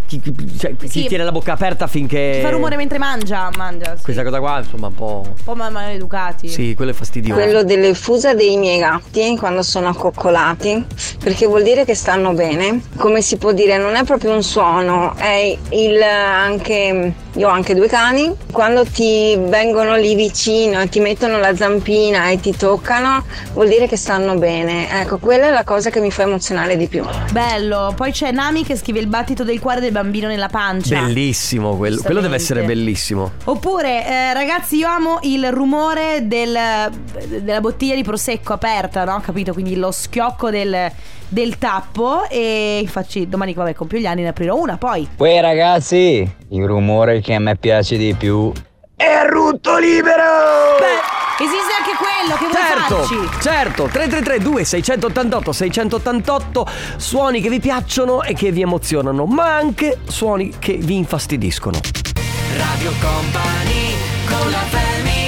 Speaker 2: Chi, chi- cioè, chi
Speaker 1: Sì.
Speaker 2: tiene la bocca aperta finché.
Speaker 1: Chi fa rumore mentre mangia, mangia. Sì.
Speaker 2: Questa Eh. cosa qua, insomma, un po'.
Speaker 1: Un po' ma- maleducati.
Speaker 2: Sì, quello è fastidioso.
Speaker 15: Quello delle fusa dei miei gatti quando sono accoccolati, perché vuol dire che stanno bene. Come si può dire, non è proprio un suono, è il anche. Io ho anche due cani. Quando ti vengono lì vicino e ti mettono la zampina e ti toccano, vuol dire che stanno bene. Ecco, quella è la cosa che mi fa emozionare di più.
Speaker 1: Bello. Poi c'è Nami che scrive il battito del cuore del bambino nella pancia.
Speaker 2: Bellissimo quello. Quello deve essere bellissimo.
Speaker 1: Oppure, eh, ragazzi, io amo il rumore del- della bottiglia di prosecco aperta, no? Capito? Quindi lo schiocco del, del tappo. E infatti, domani, vabbè, compio gli anni, ne aprirò una. Poi,
Speaker 16: Uè ragazzi, il rumore che a me piace di più
Speaker 1: è rutto libero! Beh, esiste anche quello che vuoi
Speaker 2: Certo,
Speaker 1: farci.
Speaker 2: certo, 3332 688 688 suoni che vi piacciono e che vi emozionano, ma anche suoni che vi infastidiscono.
Speaker 3: Radio Company con la family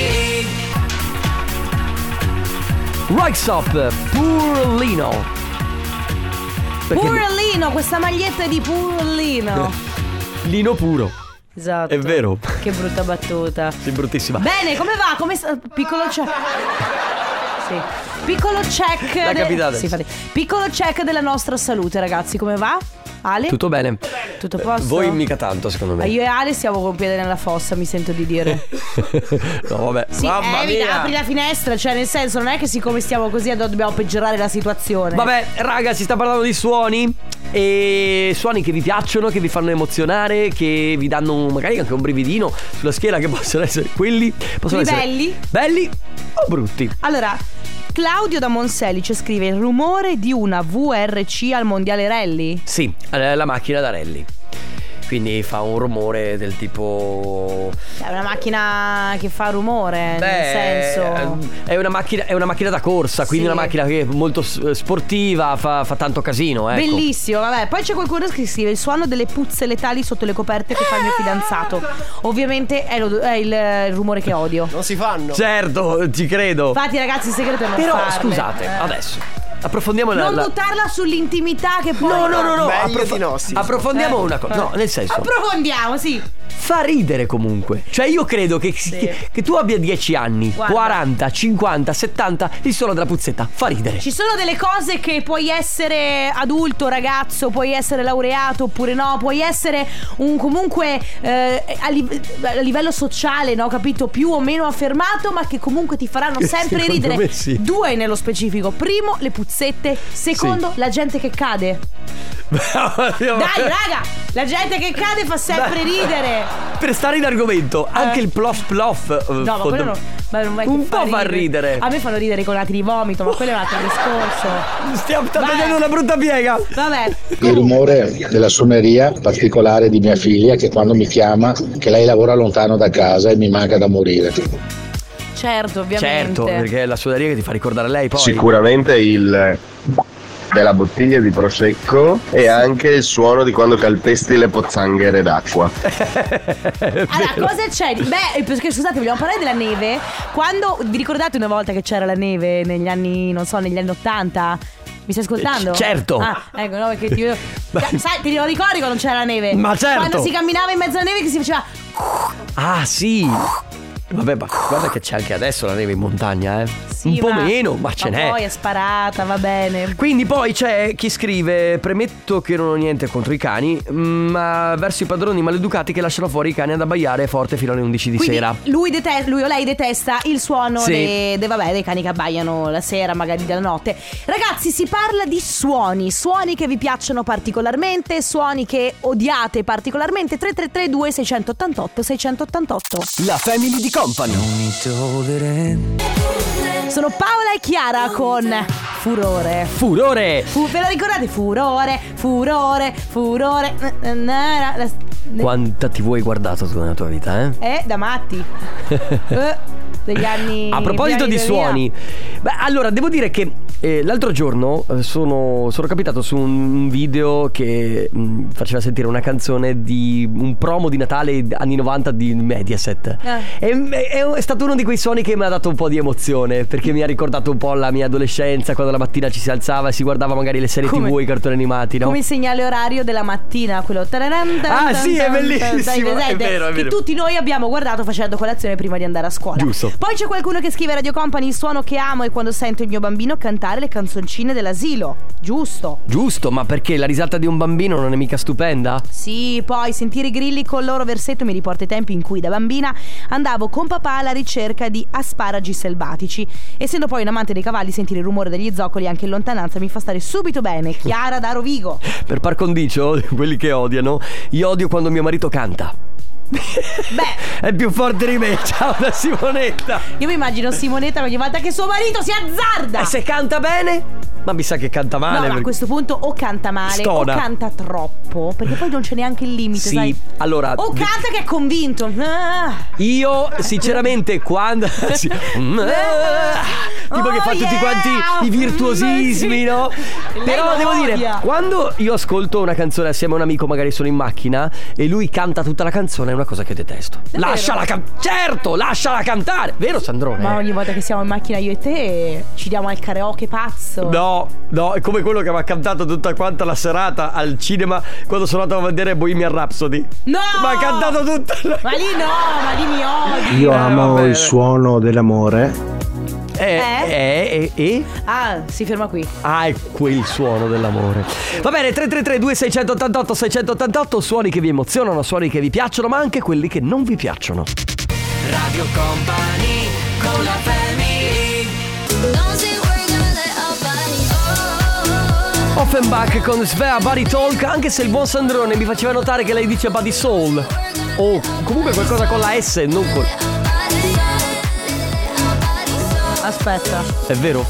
Speaker 2: Rise Up, Purlino. Perché- Eh.
Speaker 1: Purlino, questa maglietta è di Purlino.
Speaker 2: Lino puro.
Speaker 1: Esatto.
Speaker 2: È vero.
Speaker 1: Che brutta battuta.
Speaker 2: Sei bruttissima.
Speaker 1: Bene, come va? Come sta- Piccolo check. Sì. Piccolo check.
Speaker 2: L'ha capita adesso.
Speaker 1: Sì, infatti. Piccolo check della nostra salute, ragazzi. Come va? Ale?
Speaker 2: Tutto bene.
Speaker 1: Tutto a posto?
Speaker 2: Voi mica tanto, secondo
Speaker 1: Ah,
Speaker 2: me.
Speaker 1: Io e Ale siamo con piede nella fossa, mi sento di dire.
Speaker 2: no, vabbè.
Speaker 1: Sì,
Speaker 2: Mamma
Speaker 1: eh,
Speaker 2: mia.
Speaker 1: apri la finestra, cioè nel senso non è che siccome stiamo così adesso dobbiamo peggiorare la situazione.
Speaker 2: Vabbè, raga, si sta parlando di suoni. E suoni che vi piacciono, che vi fanno emozionare, che vi danno un- magari anche un brividino sulla schiena, che possono essere quelli. Possono
Speaker 1: Quelli
Speaker 2: essere
Speaker 1: belli?
Speaker 2: Belli o brutti.
Speaker 1: Allora, Claudio da Monselice scrive il rumore di una VRC al mondiale rally.
Speaker 2: Sì, eh, la macchina da rally. Quindi fa un rumore del tipo.
Speaker 1: È una macchina che fa rumore, Eh, nel senso.
Speaker 2: eh, È una macchina, è una macchina da corsa, quindi
Speaker 1: Sì.
Speaker 2: una macchina che è molto s- eh, sportiva, fa, fa tanto casino. Ecco.
Speaker 1: Bellissimo, vabbè. Poi c'è qualcuno che scrive il suono delle puzze letali sotto le coperte che fa il mio fidanzato. Ovviamente è, lo- è il, eh, il rumore che odio.
Speaker 5: Non si fanno.
Speaker 2: Certo, ci credo.
Speaker 1: Infatti, ragazzi, il segreto è non
Speaker 2: Però
Speaker 1: farle.
Speaker 2: scusate,
Speaker 1: Eh.
Speaker 2: adesso approfondiamo la.
Speaker 1: Non
Speaker 2: la-
Speaker 1: buttarla sull'intimità che poi.
Speaker 2: No, no, no, no. approf- Approfondiamo una cosa. No, nel senso.
Speaker 1: Approfondiamo, sì.
Speaker 2: fa ridere comunque. Cioè io credo che, che tu abbia 10 anni,
Speaker 1: Guarda.
Speaker 2: 40, 50, 70, il suono della puzzetta fa ridere.
Speaker 1: Ci sono delle cose che puoi essere adulto, ragazzo, puoi essere laureato oppure no, puoi essere un comunque eh, a, li- a livello sociale, no, capito, più o meno affermato, ma che comunque ti faranno sempre
Speaker 2: Secondo
Speaker 1: ridere.
Speaker 2: me sì.
Speaker 1: Due nello specifico. Primo, le puzzette, secondo, la gente che cade. Dai, raga, la gente che cade fa sempre ridere.
Speaker 2: Per stare in argomento, anche il plof plof. eh,
Speaker 1: Eh. No, ma
Speaker 2: fondo-
Speaker 1: quello non, ma non è che
Speaker 2: Un po' fa ridere.
Speaker 1: A me fanno ridere i colati di vomito, ma quello è un altro discorso.
Speaker 2: Stiamo sta
Speaker 1: Vabbè.
Speaker 2: prendendo una brutta piega.
Speaker 1: Vabbè.
Speaker 17: Il rumore della suoneria particolare di mia figlia che quando mi chiama che lei lavora lontano da casa e mi manca da morire.
Speaker 1: Certo, ovviamente.
Speaker 2: Certo, perché è la suoneria che ti fa ricordare lei poi.
Speaker 18: Sicuramente il della bottiglia di prosecco e anche il suono di quando calpesti le pozzanghere d'acqua.
Speaker 1: Allora, cosa c'è? di- Beh, eh, perché scusate, vogliamo parlare della neve. Quando vi ricordate una volta che c'era la neve negli anni, non so, negli anni 80? Mi stai ascoltando?
Speaker 2: Eh, c- certo.
Speaker 1: Ah, ecco, no, perché ti. Sai, ti lo ricordi quando c'era la neve?
Speaker 2: Ma certo.
Speaker 1: Quando si camminava in mezzo alla neve che si faceva.
Speaker 2: Ah, sì. Vabbè, ma guarda che c'è anche adesso la neve in montagna, eh.
Speaker 1: Sì,
Speaker 2: Un po' meno, ma ce n'è.
Speaker 1: Poi è sparata, va bene.
Speaker 2: Quindi poi c'è chi scrive Premetto che non ho niente contro i cani Ma verso i padroni maleducati che lasciano fuori i cani ad abbaiare forte fino alle 11 di
Speaker 1: Quindi
Speaker 2: sera
Speaker 1: Lui, dete- lui o lei detesta il suono
Speaker 2: Sì.
Speaker 1: dei, dei- vabbè, dei cani che abbaiano la sera, magari della notte. Ragazzi, si parla di suoni, suoni che vi piacciono particolarmente, suoni che odiate particolarmente. 3332 688 688.
Speaker 2: La family di Company
Speaker 1: Sono Paola e Chiara con Furore.
Speaker 2: Furore
Speaker 1: Fu- ve lo ricordate? Furore, furore, furore. Na- na- na- la-
Speaker 2: Quanta tv hai guardato tu nella tua vita, eh?
Speaker 1: eh, da matti. Eh, degli anni.
Speaker 2: A proposito
Speaker 1: degli
Speaker 2: di
Speaker 1: anni 2000.
Speaker 2: suoni, beh, allora devo dire che eh, l'altro giorno eh, sono, sono capitato su un video che mh, faceva sentire una canzone di un promo di Natale anni 90 di Mediaset.
Speaker 1: Ah.
Speaker 2: E, mh, è, è stato uno di quei suoni che mi ha dato un po' di emozione perché mi ha ricordato un po' la mia adolescenza quando la mattina ci si alzava e si guardava magari le serie
Speaker 1: Come-
Speaker 2: tv, i cartoni animati, no?
Speaker 1: Come il segnale orario della mattina, quello. tararan, tan,
Speaker 2: Ah,
Speaker 1: tan,
Speaker 2: sì, è
Speaker 1: tan, tan,
Speaker 2: bellissimo,
Speaker 1: tan,
Speaker 2: è
Speaker 1: presente?
Speaker 2: vero, è
Speaker 1: Che
Speaker 2: vero.
Speaker 1: tutti noi abbiamo guardato facendo colazione prima di andare a scuola.
Speaker 2: Giusto.
Speaker 1: Poi c'è qualcuno che scrive Radio Company: il suono che amo è quando sento il mio bambino cantare le canzoncine dell'asilo. Giusto.
Speaker 2: Giusto, ma perché la risata di un bambino non è mica stupenda?
Speaker 1: Sì, poi sentire i grilli col loro versetto mi riporta ai tempi in cui da bambina andavo con papà alla ricerca di asparagi selvatici. Essendo poi un amante dei cavalli, sentire il rumore degli zoccoli anche in lontananza mi fa stare subito bene. Chiara da Rovigo.
Speaker 2: Per par condicio, quelli che odiano, io odio quando mio marito canta. Beh, è più forte di me. Ciao da Simonetta.
Speaker 1: Io mi immagino Simonetta ogni volta che suo marito si azzarda.
Speaker 2: E Eh, se canta bene? Ma mi sa che canta
Speaker 1: No, ma
Speaker 2: male.
Speaker 1: a
Speaker 2: perché-
Speaker 1: questo punto o canta male
Speaker 2: Stona.
Speaker 1: o canta troppo, perché poi non c'è neanche il limite,
Speaker 2: Sì,
Speaker 1: sai?
Speaker 2: allora,
Speaker 1: O
Speaker 2: vi-
Speaker 1: canta che è convinto. Ah.
Speaker 2: Io, sinceramente, quando. sì. Mm, ah, Tipo
Speaker 1: Oh,
Speaker 2: che fa tutti quanti i virtuosismi, no? Però
Speaker 1: Mm, lo
Speaker 2: devo
Speaker 1: odia.
Speaker 2: dire, quando io ascolto una canzone assieme a un amico, magari sono in macchina, e lui canta tutta la canzone, è una cosa che detesto. Lasciala cantare! Certo, lasciala cantare! Vero, Sandrone?
Speaker 1: Ma ogni volta che siamo in macchina io e te ci diamo al karaoke pazzo.
Speaker 2: No, no, è come quello che aveva cantato tutta quanta la serata al cinema quando sono andato a vedere Bohemian Rhapsody.
Speaker 1: No!
Speaker 2: Ma ha cantato tutta la...
Speaker 1: Ma lì no, ma lì mi odio.
Speaker 19: Io amo il suono dell'amore.
Speaker 2: Eh, eh, eh, eh?
Speaker 1: Ah, si ferma qui.
Speaker 2: Ah, è quel suono dell'amore. Va bene, 333 2688 688 suoni che vi emozionano, suoni che vi piacciono, ma anche quelli che non vi piacciono.
Speaker 3: Radio Company con la family
Speaker 2: Offenbach con Svea Body Talk, anche se il buon Sandrone mi faceva notare che lei dice Body Soul. O comunque qualcosa con la S, non con.
Speaker 1: Aspetta.
Speaker 2: È vero?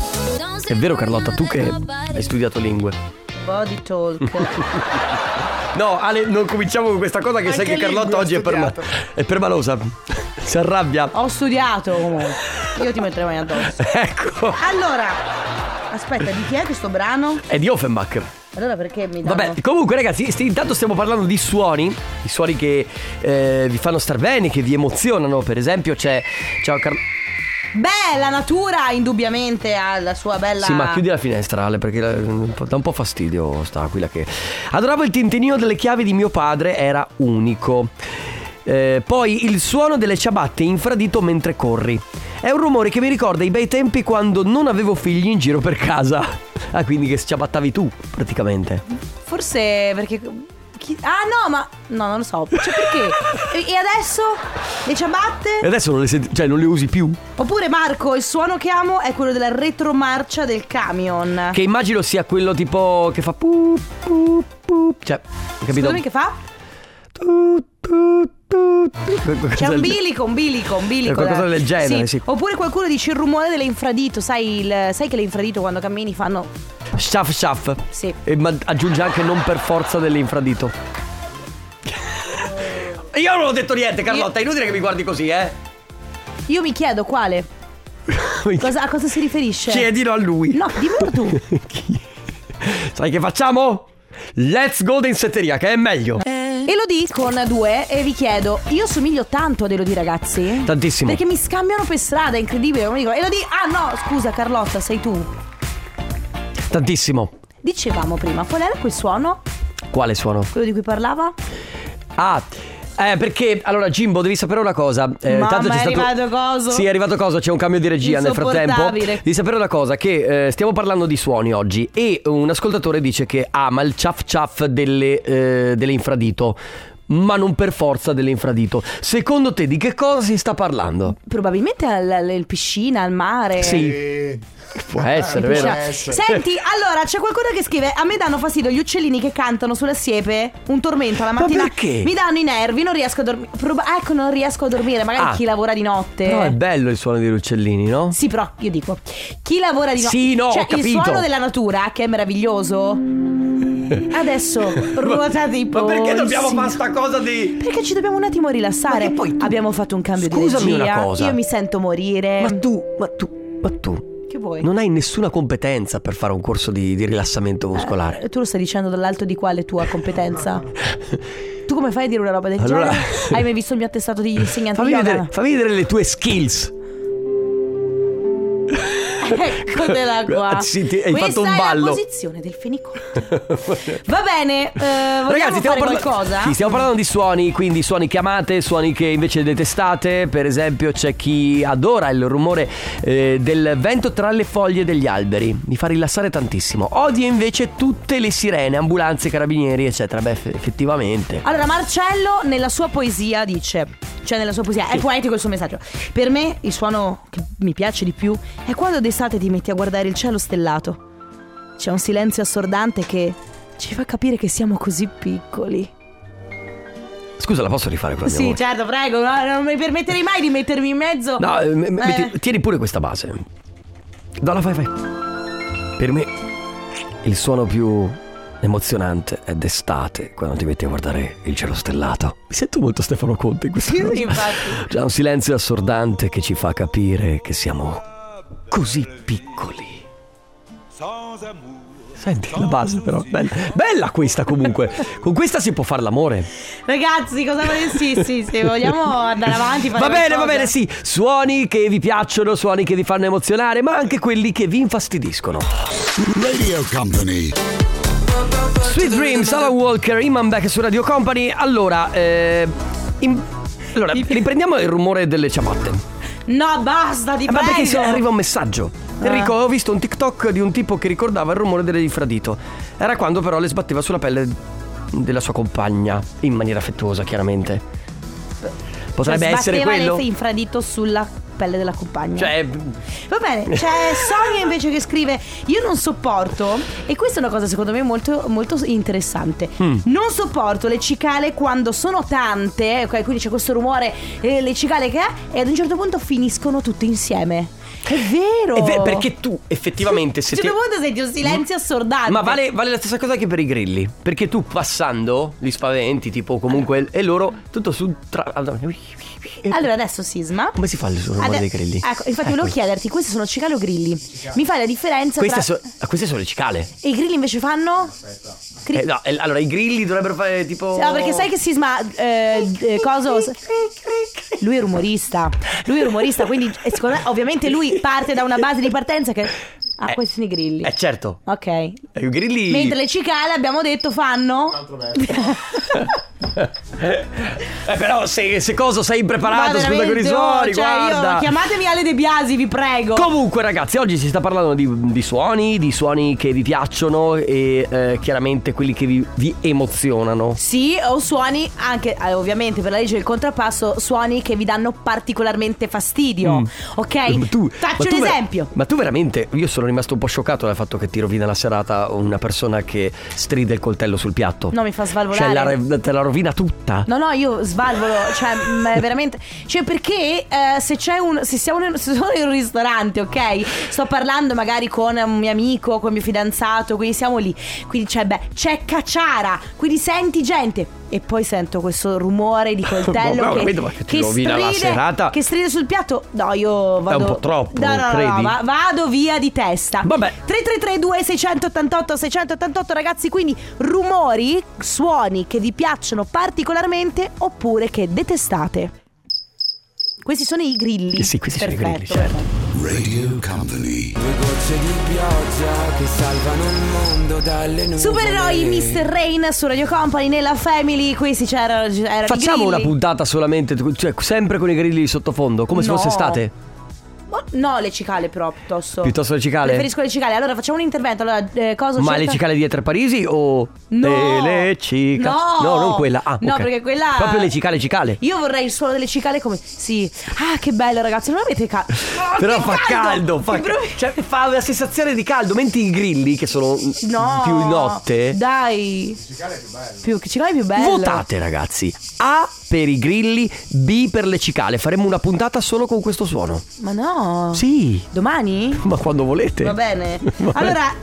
Speaker 2: È vero Carlotta, tu che hai studiato lingue.
Speaker 1: Body talk.
Speaker 2: No, Ale, non cominciamo con questa cosa che sai
Speaker 1: Anche
Speaker 2: che Carlotta
Speaker 1: lingua
Speaker 2: oggi è, perma- è permalosa. Si arrabbia.
Speaker 1: Ho studiato comunque. Io ti metterei mai addosso.
Speaker 2: Ecco.
Speaker 1: Allora, aspetta, di chi è questo brano?
Speaker 2: È di Offenbach.
Speaker 1: Allora perché mi danno
Speaker 2: Vabbè, comunque ragazzi, sti- intanto stiamo parlando di suoni, i suoni che eh, vi fanno star bene, che vi emozionano, per esempio c'è... Ciao Carlo...
Speaker 1: Beh, la natura indubbiamente ha la sua bella.
Speaker 2: Sì, ma chiudi la finestra, Ale, perché eh, dà un po' fastidio sta aquila che... Adoravo il tintinio delle chiavi di mio padre, era unico. Eh, poi il suono delle ciabatte infradito mentre corri. È un rumore che mi ricorda i bei tempi quando non avevo figli in giro per casa. Ah, quindi che ciabattavi tu, praticamente.
Speaker 1: Forse perché. chi- Ah no, ma. No, non lo so. Cioè, perché? e e adesso? Le ciabatte?
Speaker 2: E adesso non le senti, cioè non le usi più?
Speaker 1: Oppure Marco, il suono che amo è quello della retromarcia del camion.
Speaker 2: Che immagino sia quello tipo che fa pu pu pu. Cioè, capito?
Speaker 1: Scusami che fa? C'è un bilico, un bilico, un bilico.
Speaker 2: È qualcosa
Speaker 1: dai.
Speaker 2: del genere, sì.
Speaker 1: Oppure qualcuno dice il rumore dell'infradito, sai, il- sai che le infradito quando cammini fanno...
Speaker 2: Shaff shaff.
Speaker 1: Sì.
Speaker 2: E ma aggiunge anche non per forza dell'infradito. Io non ho detto niente, Carlotta, è inutile che mi guardi così, eh.
Speaker 1: Io mi chiedo quale. Cosa- a cosa si riferisce?
Speaker 2: Chiedilo a lui.
Speaker 1: No, dimmelo tu.
Speaker 2: Sai che facciamo? Let's go in setteria, che è meglio.
Speaker 1: Eh, Elodie con due e vi chiedo, io somiglio tanto ad Elodie ragazzi?
Speaker 2: Tantissimo.
Speaker 1: Perché mi scambiano per strada, è incredibile. Mi dicono, Elodie, ah no, scusa Carlotta, sei tu.
Speaker 2: Tantissimo.
Speaker 1: Dicevamo prima, qual era quel suono?
Speaker 2: Quale suono?
Speaker 1: Quello di cui parlava?
Speaker 2: Ah, eh, perché allora Jimbo devi sapere una cosa. Eh,
Speaker 1: Mamma,
Speaker 2: tanto c'è
Speaker 1: è
Speaker 2: stato...
Speaker 1: arrivato coso.
Speaker 2: Sì, è arrivato coso, c'è un cambio di regia nel frattempo.
Speaker 1: Insopportabile.
Speaker 2: Devi sapere una cosa, che eh, stiamo parlando di suoni oggi e un ascoltatore dice che ama il ciaf ciaf delle, eh, dell'infradito. Ma non per forza dell'infradito. Secondo te di che cosa si sta parlando?
Speaker 1: Probabilmente al, al- in piscina, al mare.
Speaker 2: Sì. Può essere,
Speaker 1: In
Speaker 2: vero?
Speaker 1: piscina. Senti, allora c'è qualcuno che scrive: A me danno fastidio gli uccellini che cantano sulla siepe. Un tormento la mattina.
Speaker 2: perché?
Speaker 1: Mi danno i nervi, non riesco a dormire. Proba- ecco, non riesco a dormire. Magari
Speaker 2: Ah.
Speaker 1: chi lavora di notte.
Speaker 2: Però è bello il suono degli uccellini, no?
Speaker 1: Sì, però io dico: chi lavora di notte.
Speaker 2: Sì, no, ho
Speaker 1: cioè, il
Speaker 2: capito.
Speaker 1: suono della natura, eh, che è meraviglioso. Adesso ruotate i
Speaker 2: Ma
Speaker 1: polsi.
Speaker 2: perché dobbiamo fare sta cosa di.
Speaker 1: Perché ci dobbiamo un attimo rilassare. Abbiamo fatto un cambio
Speaker 2: Scusami
Speaker 1: di regia.
Speaker 2: una cosa.
Speaker 1: Io mi sento morire. Ma
Speaker 2: tu, ma tu, ma tu.
Speaker 1: Che vuoi?
Speaker 2: Non hai nessuna competenza per fare un corso di, di
Speaker 1: Eh,
Speaker 2: rilassamento muscolare.
Speaker 1: Tu lo stai dicendo dall'alto di quale tua competenza? tu come fai a dire una roba del
Speaker 2: Allora-
Speaker 1: genere? Hai mai visto il mio attestato di insegnante di
Speaker 2: Fammi
Speaker 1: yoga?
Speaker 2: vedere, fammi vedere le tue skills.
Speaker 1: Eccola qua.
Speaker 2: Sì, ti- hai
Speaker 1: Ecco Questa
Speaker 2: fatto un
Speaker 1: è la
Speaker 2: ballo.
Speaker 1: posizione del fenicotto. Va bene, eh, vogliamo fare
Speaker 2: parla-
Speaker 1: qualcosa?
Speaker 2: Sì, stiamo parlando di suoni, quindi suoni che amate, suoni che invece detestate. Per esempio, c'è chi adora il rumore eh, del vento tra le foglie degli alberi, mi fa rilassare tantissimo. Odia invece tutte le sirene, ambulanze, carabinieri, eccetera. Beh, eff- effettivamente.
Speaker 1: Allora, Marcello nella sua poesia dice, cioè nella sua poesia, è poetico il suo messaggio. Per me il suono che mi piace di più è quando d'estate ti metti a guardare il cielo stellato. C'è un silenzio assordante che ci fa capire che siamo così piccoli.
Speaker 2: Scusa, la posso rifare quella mia
Speaker 1: Sì,
Speaker 2: voce?
Speaker 1: certo, prego, no, non mi permetterei mai di mettermi in mezzo.
Speaker 2: No, eh, me- me-
Speaker 1: Eh,
Speaker 2: ti- tieni pure questa base. Dalla, vai, vai. Per me il suono più emozionante è d'estate, quando ti metti a guardare il cielo stellato. Mi sento molto Stefano Conte in questo
Speaker 1: sì, infatti.
Speaker 2: C'è un silenzio assordante che ci fa capire che siamo così piccoli. Senti, la base però, bella, bella questa comunque. Con questa si può fare l'amore.
Speaker 1: Ragazzi, cosa volete? Sì, sì, se vogliamo andare avanti. fare
Speaker 2: Va bene, va
Speaker 1: qualcosa.
Speaker 2: bene, sì. Suoni che vi piacciono, suoni che vi fanno emozionare, ma anche quelli che vi infastidiscono.
Speaker 20: Radio Company.
Speaker 2: Sweet Dreams, Alan Walker, Iman Beck su Radio Company. Allora, eh, in- allora riprendiamo il rumore delle ciabatte.
Speaker 1: No, basta, ti
Speaker 2: Eh, Ma perché se
Speaker 1: prego.
Speaker 2: arriva un messaggio? Enrico, ho visto un TikTok di un tipo che ricordava il rumore dell'infradito. Era quando però le sbatteva sulla pelle della sua compagna, in maniera affettuosa, chiaramente. Potrebbe
Speaker 1: Cioè,
Speaker 2: essere
Speaker 1: sbatteva
Speaker 2: quello.
Speaker 1: l'efe infradito sulla pelle della compagna.
Speaker 2: Cioè,
Speaker 1: Va bene, c'è Sonia invece che scrive Io non sopporto, e questa è una cosa secondo me molto, molto interessante
Speaker 2: Mm.
Speaker 1: Non sopporto le cicale quando sono tante, eh, ok, quindi c'è questo rumore, eh, le cicale che è E ad un certo punto finiscono tutte insieme È vero
Speaker 2: è ver- perché tu effettivamente se
Speaker 1: A un
Speaker 2: ti...
Speaker 1: certo punto senti un silenzio assordante
Speaker 2: Ma vale, vale la stessa cosa che per i grilli. Perché tu passando li spaventi, tipo comunque. E loro tutto su. Tra...
Speaker 1: Allora adesso Sisma
Speaker 2: Come si fa il rumore
Speaker 1: Ade-
Speaker 2: dei grilli?
Speaker 1: Ecco, infatti volevo chiederti, questi sono cicale o grilli? Mi fai la differenza
Speaker 2: Queste,
Speaker 1: tra...
Speaker 2: so- ah, queste sono le cicale.
Speaker 1: E i grilli invece fanno? Cri-
Speaker 2: Eh, no, eh, allora i grilli dovrebbero fare tipo.
Speaker 1: No, perché sai che Sisma. Eh, eh, coso. Lui è rumorista. Lui è rumorista, quindi eh, secondo me, ovviamente lui parte da una base di partenza che. Ah, questi sono i grilli.
Speaker 2: Eh certo.
Speaker 1: Ok.
Speaker 2: Eh, I grilli.
Speaker 1: Mentre le cicale abbiamo detto fanno.
Speaker 2: Eh, però se, se cosa sei impreparato,
Speaker 1: Ma
Speaker 2: scusa con i
Speaker 1: veramente,
Speaker 2: suoni,
Speaker 1: oh, cioè, io-
Speaker 2: guarda.
Speaker 1: chiamatemi Ale De Biasi, vi prego.
Speaker 2: Comunque ragazzi, oggi si sta parlando di, di suoni, di suoni che vi piacciono e eh, chiaramente quelli che vi, vi emozionano.
Speaker 1: Sì, o suoni anche, eh, ovviamente per la legge del contrappasso, suoni che vi danno particolarmente fastidio.
Speaker 2: Mm. Ma
Speaker 1: Ok?
Speaker 2: tu- ma
Speaker 1: Faccio
Speaker 2: tu
Speaker 1: un
Speaker 2: vera-
Speaker 1: esempio.
Speaker 2: ma tu veramente, io sono rimasto un po' scioccato dal fatto che tiro via dalla serata una persona che stride il coltello sul piatto.
Speaker 1: No, mi fa svalvolare.
Speaker 2: Cioè, la re- te la rovina tutta.
Speaker 1: No, no, io svalvolo, cioè, ma è veramente. Cioè, perché eh, se c'è un. Se siamo in, se sono in un ristorante, ok? Sto parlando magari con un mio amico, con mio fidanzato, quindi siamo lì. Quindi c'è, beh, c'è cacciara, quindi senti gente. E poi sento questo rumore di coltello
Speaker 2: Ma- ma
Speaker 1: che,
Speaker 2: capito, ma che ti rovina la
Speaker 1: stride,
Speaker 2: serata?
Speaker 1: che stride sul piatto. No, io vado.
Speaker 2: po' troppo,
Speaker 1: No, no, no,
Speaker 2: credi?
Speaker 1: no, va- vado via di testa.
Speaker 2: Vabbè.
Speaker 1: 3332 688 688 ragazzi quindi rumori, suoni che vi piacciono particolarmente oppure che detestate. Questi sono i
Speaker 2: Eh
Speaker 1: grilli.
Speaker 20: Sì, questi sono i grilli,
Speaker 2: certo.
Speaker 1: Perfetto.
Speaker 20: Radio Company.
Speaker 3: Due gocce di pioggia che salvano il mondo dalle nuvole.
Speaker 1: Supereroi Mr. Rain su Radio Company nella Family, questi c'erano erano i
Speaker 2: Facciamo una
Speaker 1: grilli.
Speaker 2: puntata solamente, cioè sempre con i grilli di sottofondo, come se
Speaker 1: No.
Speaker 2: fosse estate.
Speaker 1: Oh, No, le cicale però piuttosto.
Speaker 2: Piuttosto le cicale?
Speaker 1: Preferisco le cicale. Allora facciamo un intervento. Allora, eh, cosa
Speaker 2: Ma
Speaker 1: cerca-
Speaker 2: le cicale di Etre Parisi o
Speaker 1: No.
Speaker 2: Eh, le cicale?
Speaker 1: No.
Speaker 2: non quella. Ah,
Speaker 1: No,
Speaker 2: ok.
Speaker 1: perché quella-
Speaker 2: Proprio le cicale cicale.
Speaker 1: Io vorrei il suono delle cicale come Sì. Ah, che bello ragazzi, non avete caldo.
Speaker 2: Però fa caldo, fa, cioè, fa la sensazione di caldo, mentre i grilli che sono
Speaker 1: No.
Speaker 2: più in notte.
Speaker 1: Dai. Più che cicale è più bello.
Speaker 2: Votate ragazzi, A per i grilli, B per le cicale, faremo una puntata solo con questo suono.
Speaker 1: Ma no.
Speaker 2: Sì.
Speaker 1: Domani?
Speaker 2: Ma quando volete.
Speaker 1: Va bene.
Speaker 2: Va bene.
Speaker 1: Allora,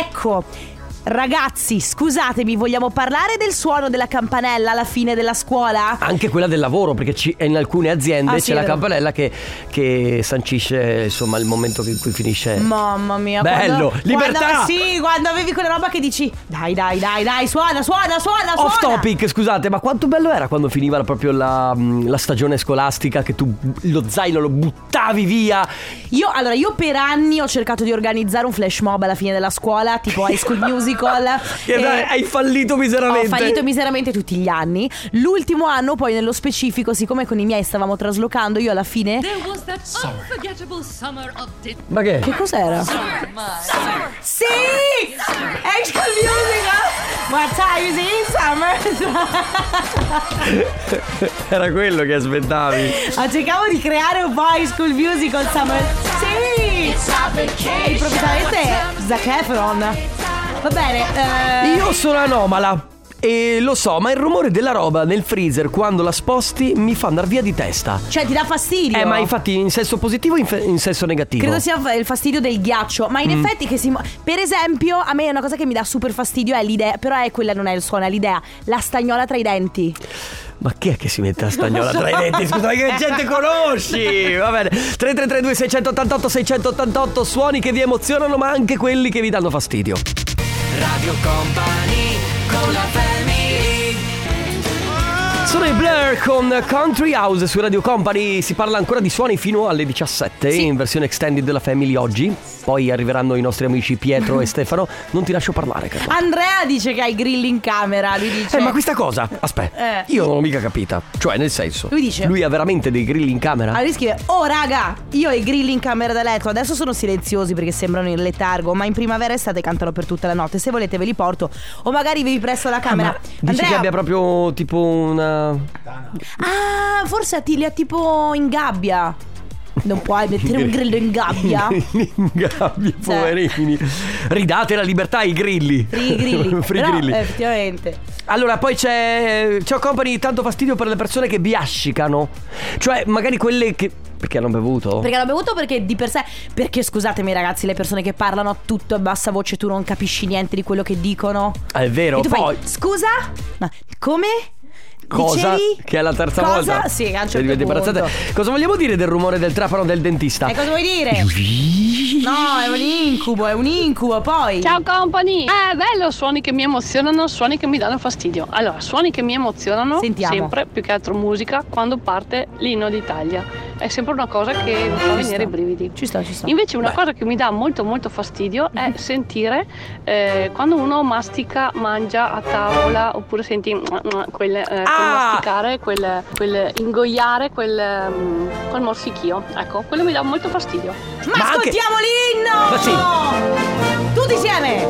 Speaker 1: ecco. Ragazzi, scusatemi, vogliamo parlare del suono della campanella alla fine della scuola?
Speaker 2: Anche quella del lavoro, perché ci- in alcune aziende
Speaker 1: Ah,
Speaker 2: c'è
Speaker 1: sì, è
Speaker 2: la
Speaker 1: vero.
Speaker 2: campanella che, che sancisce insomma il momento in cui finisce.
Speaker 1: Mamma mia,
Speaker 2: Eh. Bello,
Speaker 1: quando,
Speaker 2: libertà!
Speaker 1: Quando, sì, quando avevi quella roba che dici dai, dai, dai, dai, suona, suona, suona,
Speaker 2: Off
Speaker 1: suona.
Speaker 2: topic, scusate, ma quanto bello era quando finiva proprio la, mh, la stagione scolastica che tu lo zaino lo buttavi via.
Speaker 1: Io, allora, io per anni ho cercato di organizzare un flash mob alla fine della scuola, tipo High School Musical.
Speaker 2: E dai, hai fallito
Speaker 1: Ho
Speaker 2: miseramente.
Speaker 1: fallito miseramente tutti gli anni. L'ultimo anno, poi, nello specifico, siccome con i miei stavamo traslocando, io alla fine.
Speaker 2: Ma che?
Speaker 1: Che cos'era? Sì! High School Musical! What time is it? Summer!
Speaker 2: Era quello che aspettavi.
Speaker 1: Ah, cercavo di creare un po' High School Musical Summer. Sì! E il proprietario è Zac Efron. Va bene, eh,
Speaker 2: Io sono anomala. E lo so, ma il rumore della roba nel freezer quando la sposti mi fa andare via di testa.
Speaker 1: Cioè, ti dà fastidio.
Speaker 2: Eh, ma infatti in senso positivo o in, fe- in senso negativo?
Speaker 1: Credo sia il fastidio del ghiaccio, ma in
Speaker 2: Mm.
Speaker 1: effetti che si mo- Per esempio, a me è una cosa che mi dà super fastidio è l'idea, però è quella non è il suono, è l'idea, la stagnola tra i denti.
Speaker 2: Ma chi è che si mette la stagnola
Speaker 1: Non lo
Speaker 2: tra
Speaker 1: so.
Speaker 2: i denti? Scusa, ma che gente conosci? Va bene. 3332 688 688 suoni che vi emozionano, ma anche quelli che vi danno fastidio.
Speaker 3: Radio Company con la family.
Speaker 2: Sono i Blair con Country House su Radio Company. Si parla ancora di suoni fino alle 17 in versione extended della Family oggi. Poi arriveranno i nostri amici Pietro e Stefano. Non ti lascio parlare, Carlo.
Speaker 1: Andrea dice che hai i grilli in camera, lui dice
Speaker 2: Eh, ma questa cosa, aspetta,
Speaker 1: Cioè Eh.
Speaker 2: io non l'ho mica capita. Cioè, nel senso,
Speaker 1: Lui dice-
Speaker 2: ha veramente dei grilli in camera?
Speaker 1: Allora lui scrive Oh raga Io ho i grilli in camera da letto Adesso sono silenziosi Perché sembrano in letargo Ma in primavera e estate Cantano per tutta la notte Se volete ve li porto O magari vi presto la camera
Speaker 2: Ah, Dici
Speaker 1: Andrea
Speaker 2: che abbia proprio tipo una.
Speaker 1: Ah forse ti li ha tipo in gabbia Non puoi mettere un grillo in gabbia
Speaker 2: in gabbia, poverini. Ridate la libertà ai grilli.
Speaker 1: I grilli
Speaker 2: Free
Speaker 1: Però,
Speaker 2: grilli.
Speaker 1: eh, Effettivamente
Speaker 2: Allora, poi c'è. C'ho company tanto fastidio per le persone che biascicano. Cioè, magari quelle che. Perché hanno bevuto?
Speaker 1: Perché l'ho bevuto perché di per sé Perché scusatemi ragazzi Le persone che parlano a tutto a bassa voce Tu non capisci niente di quello che dicono
Speaker 2: Ah, è vero,
Speaker 1: E tu fai,
Speaker 2: poi.
Speaker 1: Scusa? Ma come?
Speaker 2: Cosa?
Speaker 1: Dicevi?
Speaker 2: Che è la terza
Speaker 1: Cosa?
Speaker 2: volta.
Speaker 1: Sì, a un
Speaker 2: Cioè,
Speaker 1: certo
Speaker 2: diventi
Speaker 1: punto.
Speaker 2: imbarazzata. Cosa vogliamo dire del rumore del trapano del dentista?
Speaker 1: E cosa vuoi dire? No, è un incubo, è un incubo, poi.
Speaker 21: Ciao company!
Speaker 3: Ah,
Speaker 21: Eh, bello, suoni che mi emozionano, suoni che mi danno fastidio. Allora, suoni che mi emozionano,
Speaker 1: Sentiamo.
Speaker 21: sempre più che altro musica, quando parte l'inno d'Italia.
Speaker 3: è sempre una cosa che mi fa venire i brividi.
Speaker 1: Ci sta, ci sta.
Speaker 3: Invece una cosa che mi dà molto molto fastidio è
Speaker 1: Mhm.
Speaker 3: sentire eh, quando uno mastica, mangia a tavola oppure senti mm, quel, eh, quel
Speaker 1: Ah,
Speaker 3: masticare, quel, quel ingoiare, quel, mm, quel morsichio. Ecco, quello mi dà molto fastidio.
Speaker 1: Ma, ascoltiamo l'inno!
Speaker 3: Ma
Speaker 1: Tutti insieme!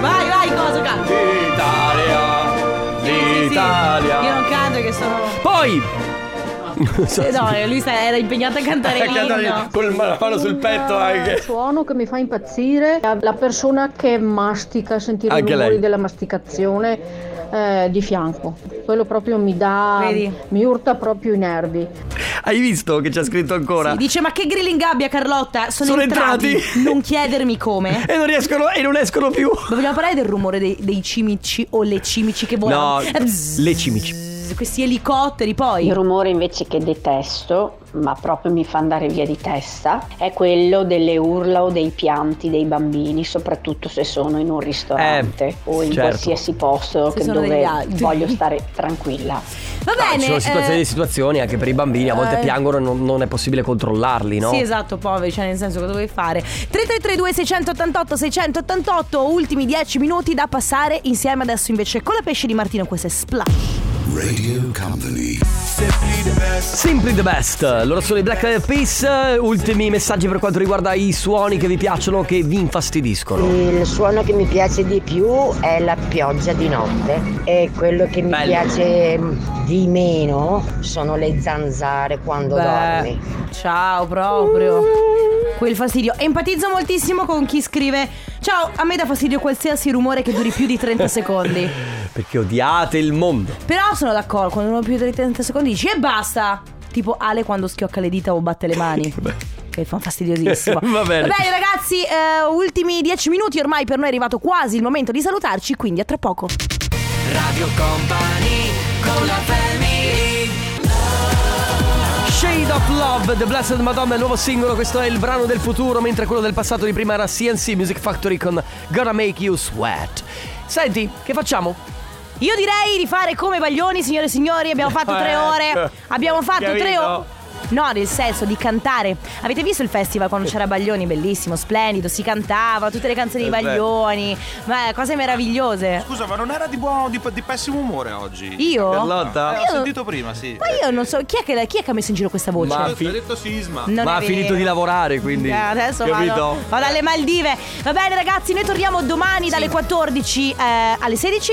Speaker 1: Vai, vai, cosa canto?
Speaker 2: L'Italia! L'Italia!
Speaker 1: Io non canto che sono...
Speaker 2: Poi! Non so
Speaker 1: Eh,
Speaker 2: se-
Speaker 1: No, lui sta- era impegnato a cantare l'inno.
Speaker 2: Con la mano sul petto
Speaker 22: Il
Speaker 2: anche.
Speaker 22: suono che mi fa impazzire, la- la persona che mastica, sentire i
Speaker 2: Anche
Speaker 22: rumori
Speaker 2: lei.
Speaker 22: della masticazione eh, di fianco. Quello proprio mi dà, mi urta proprio i nervi.
Speaker 2: Hai visto che c'è scritto ancora?
Speaker 1: Dice, ma che grilling gabbia, Carlotta? Sono,
Speaker 2: Sono entrati.
Speaker 1: Non chiedermi come.
Speaker 2: E non riescono, e non escono più.
Speaker 1: Ma vogliamo parlare del rumore dei, dei cimici o le cimici che volano? Eh,
Speaker 2: No, le cimici.
Speaker 1: Questi elicotteri poi.
Speaker 15: Il rumore invece che detesto, ma proprio mi fa andare via di testa, è quello delle urla o dei pianti dei bambini, soprattutto se sono in un ristorante o in
Speaker 2: certo.
Speaker 15: qualsiasi posto
Speaker 1: Se
Speaker 15: che-
Speaker 1: sono degli
Speaker 15: dove
Speaker 1: altri.
Speaker 15: voglio stare tranquilla.
Speaker 1: Va
Speaker 2: Ah,
Speaker 1: bene.
Speaker 2: Ci sono situazioni
Speaker 1: eh,
Speaker 2: di situazioni anche per i bambini, a volte
Speaker 1: eh.
Speaker 2: piangono e non, non è possibile controllarli, no?
Speaker 1: Sì, esatto, poveri, cioè nel senso cosa vuoi fare? 3332 688 688, ultimi 10 minuti da passare insieme adesso invece con la pesce di Martino, questa è Splash.
Speaker 4: Radio Company.
Speaker 2: Simply the best, loro sono i Black Eyed Peas, ultimi messaggi per quanto riguarda i suoni che vi piacciono, che vi infastidiscono.
Speaker 23: Il suono che mi piace di più è la pioggia di notte e quello che mi
Speaker 2: Bello.
Speaker 23: piace di meno sono le zanzare quando dormi.
Speaker 1: ciao proprio. Quel fastidio. Empatizzo moltissimo con chi scrive "Ciao, a me dà fastidio qualsiasi rumore che duri più di 30 secondi".
Speaker 2: Perché odiate il mondo.
Speaker 1: Però sono d'accordo, quando uno più di 30 secondi dici e basta. Tipo Ale quando schiocca le dita o batte le mani. Che fa fastidiosissimo.
Speaker 2: Va bene.
Speaker 1: Va bene ragazzi, eh, ultimi 10 minuti ormai per noi è arrivato quasi il momento di salutarci, quindi a tra poco.
Speaker 24: Radio Company con la family
Speaker 2: Shade of Love, The Blessed Madonna, il nuovo singolo, questo è il brano del futuro, mentre quello del passato di prima era CNC Music Factory con Gonna Make You Sweat. Senti, che facciamo?
Speaker 1: Io direi di fare come Baglioni, signore e signori, abbiamo fatto tre
Speaker 2: Ecco.
Speaker 1: ore. Abbiamo fatto tre
Speaker 2: Capito?
Speaker 1: ore. No, nel senso di cantare. Avete visto il festival quando c'era Baglioni? Bellissimo, splendido, si cantava, tutte le canzoni di
Speaker 6: Perfetto.
Speaker 1: Baglioni. Ma cose meravigliose.
Speaker 6: Scusa, ma non era di, buono, di, di pessimo umore oggi?
Speaker 1: Io?
Speaker 6: Carlotta? Eh,
Speaker 1: Io-
Speaker 6: l'ho sentito prima, sì.
Speaker 1: Ma io non so, chi è che, chi è che ha messo in giro questa voce?
Speaker 6: Ma fi- Ho detto sisma.
Speaker 1: Non
Speaker 2: Ma
Speaker 1: è
Speaker 2: ha finito
Speaker 1: vero.
Speaker 2: di lavorare, quindi.
Speaker 1: Eh, adesso
Speaker 2: capito?
Speaker 1: vado, vado alle Maldive. Va bene, ragazzi, noi torniamo domani dalle 14 eh, alle 16.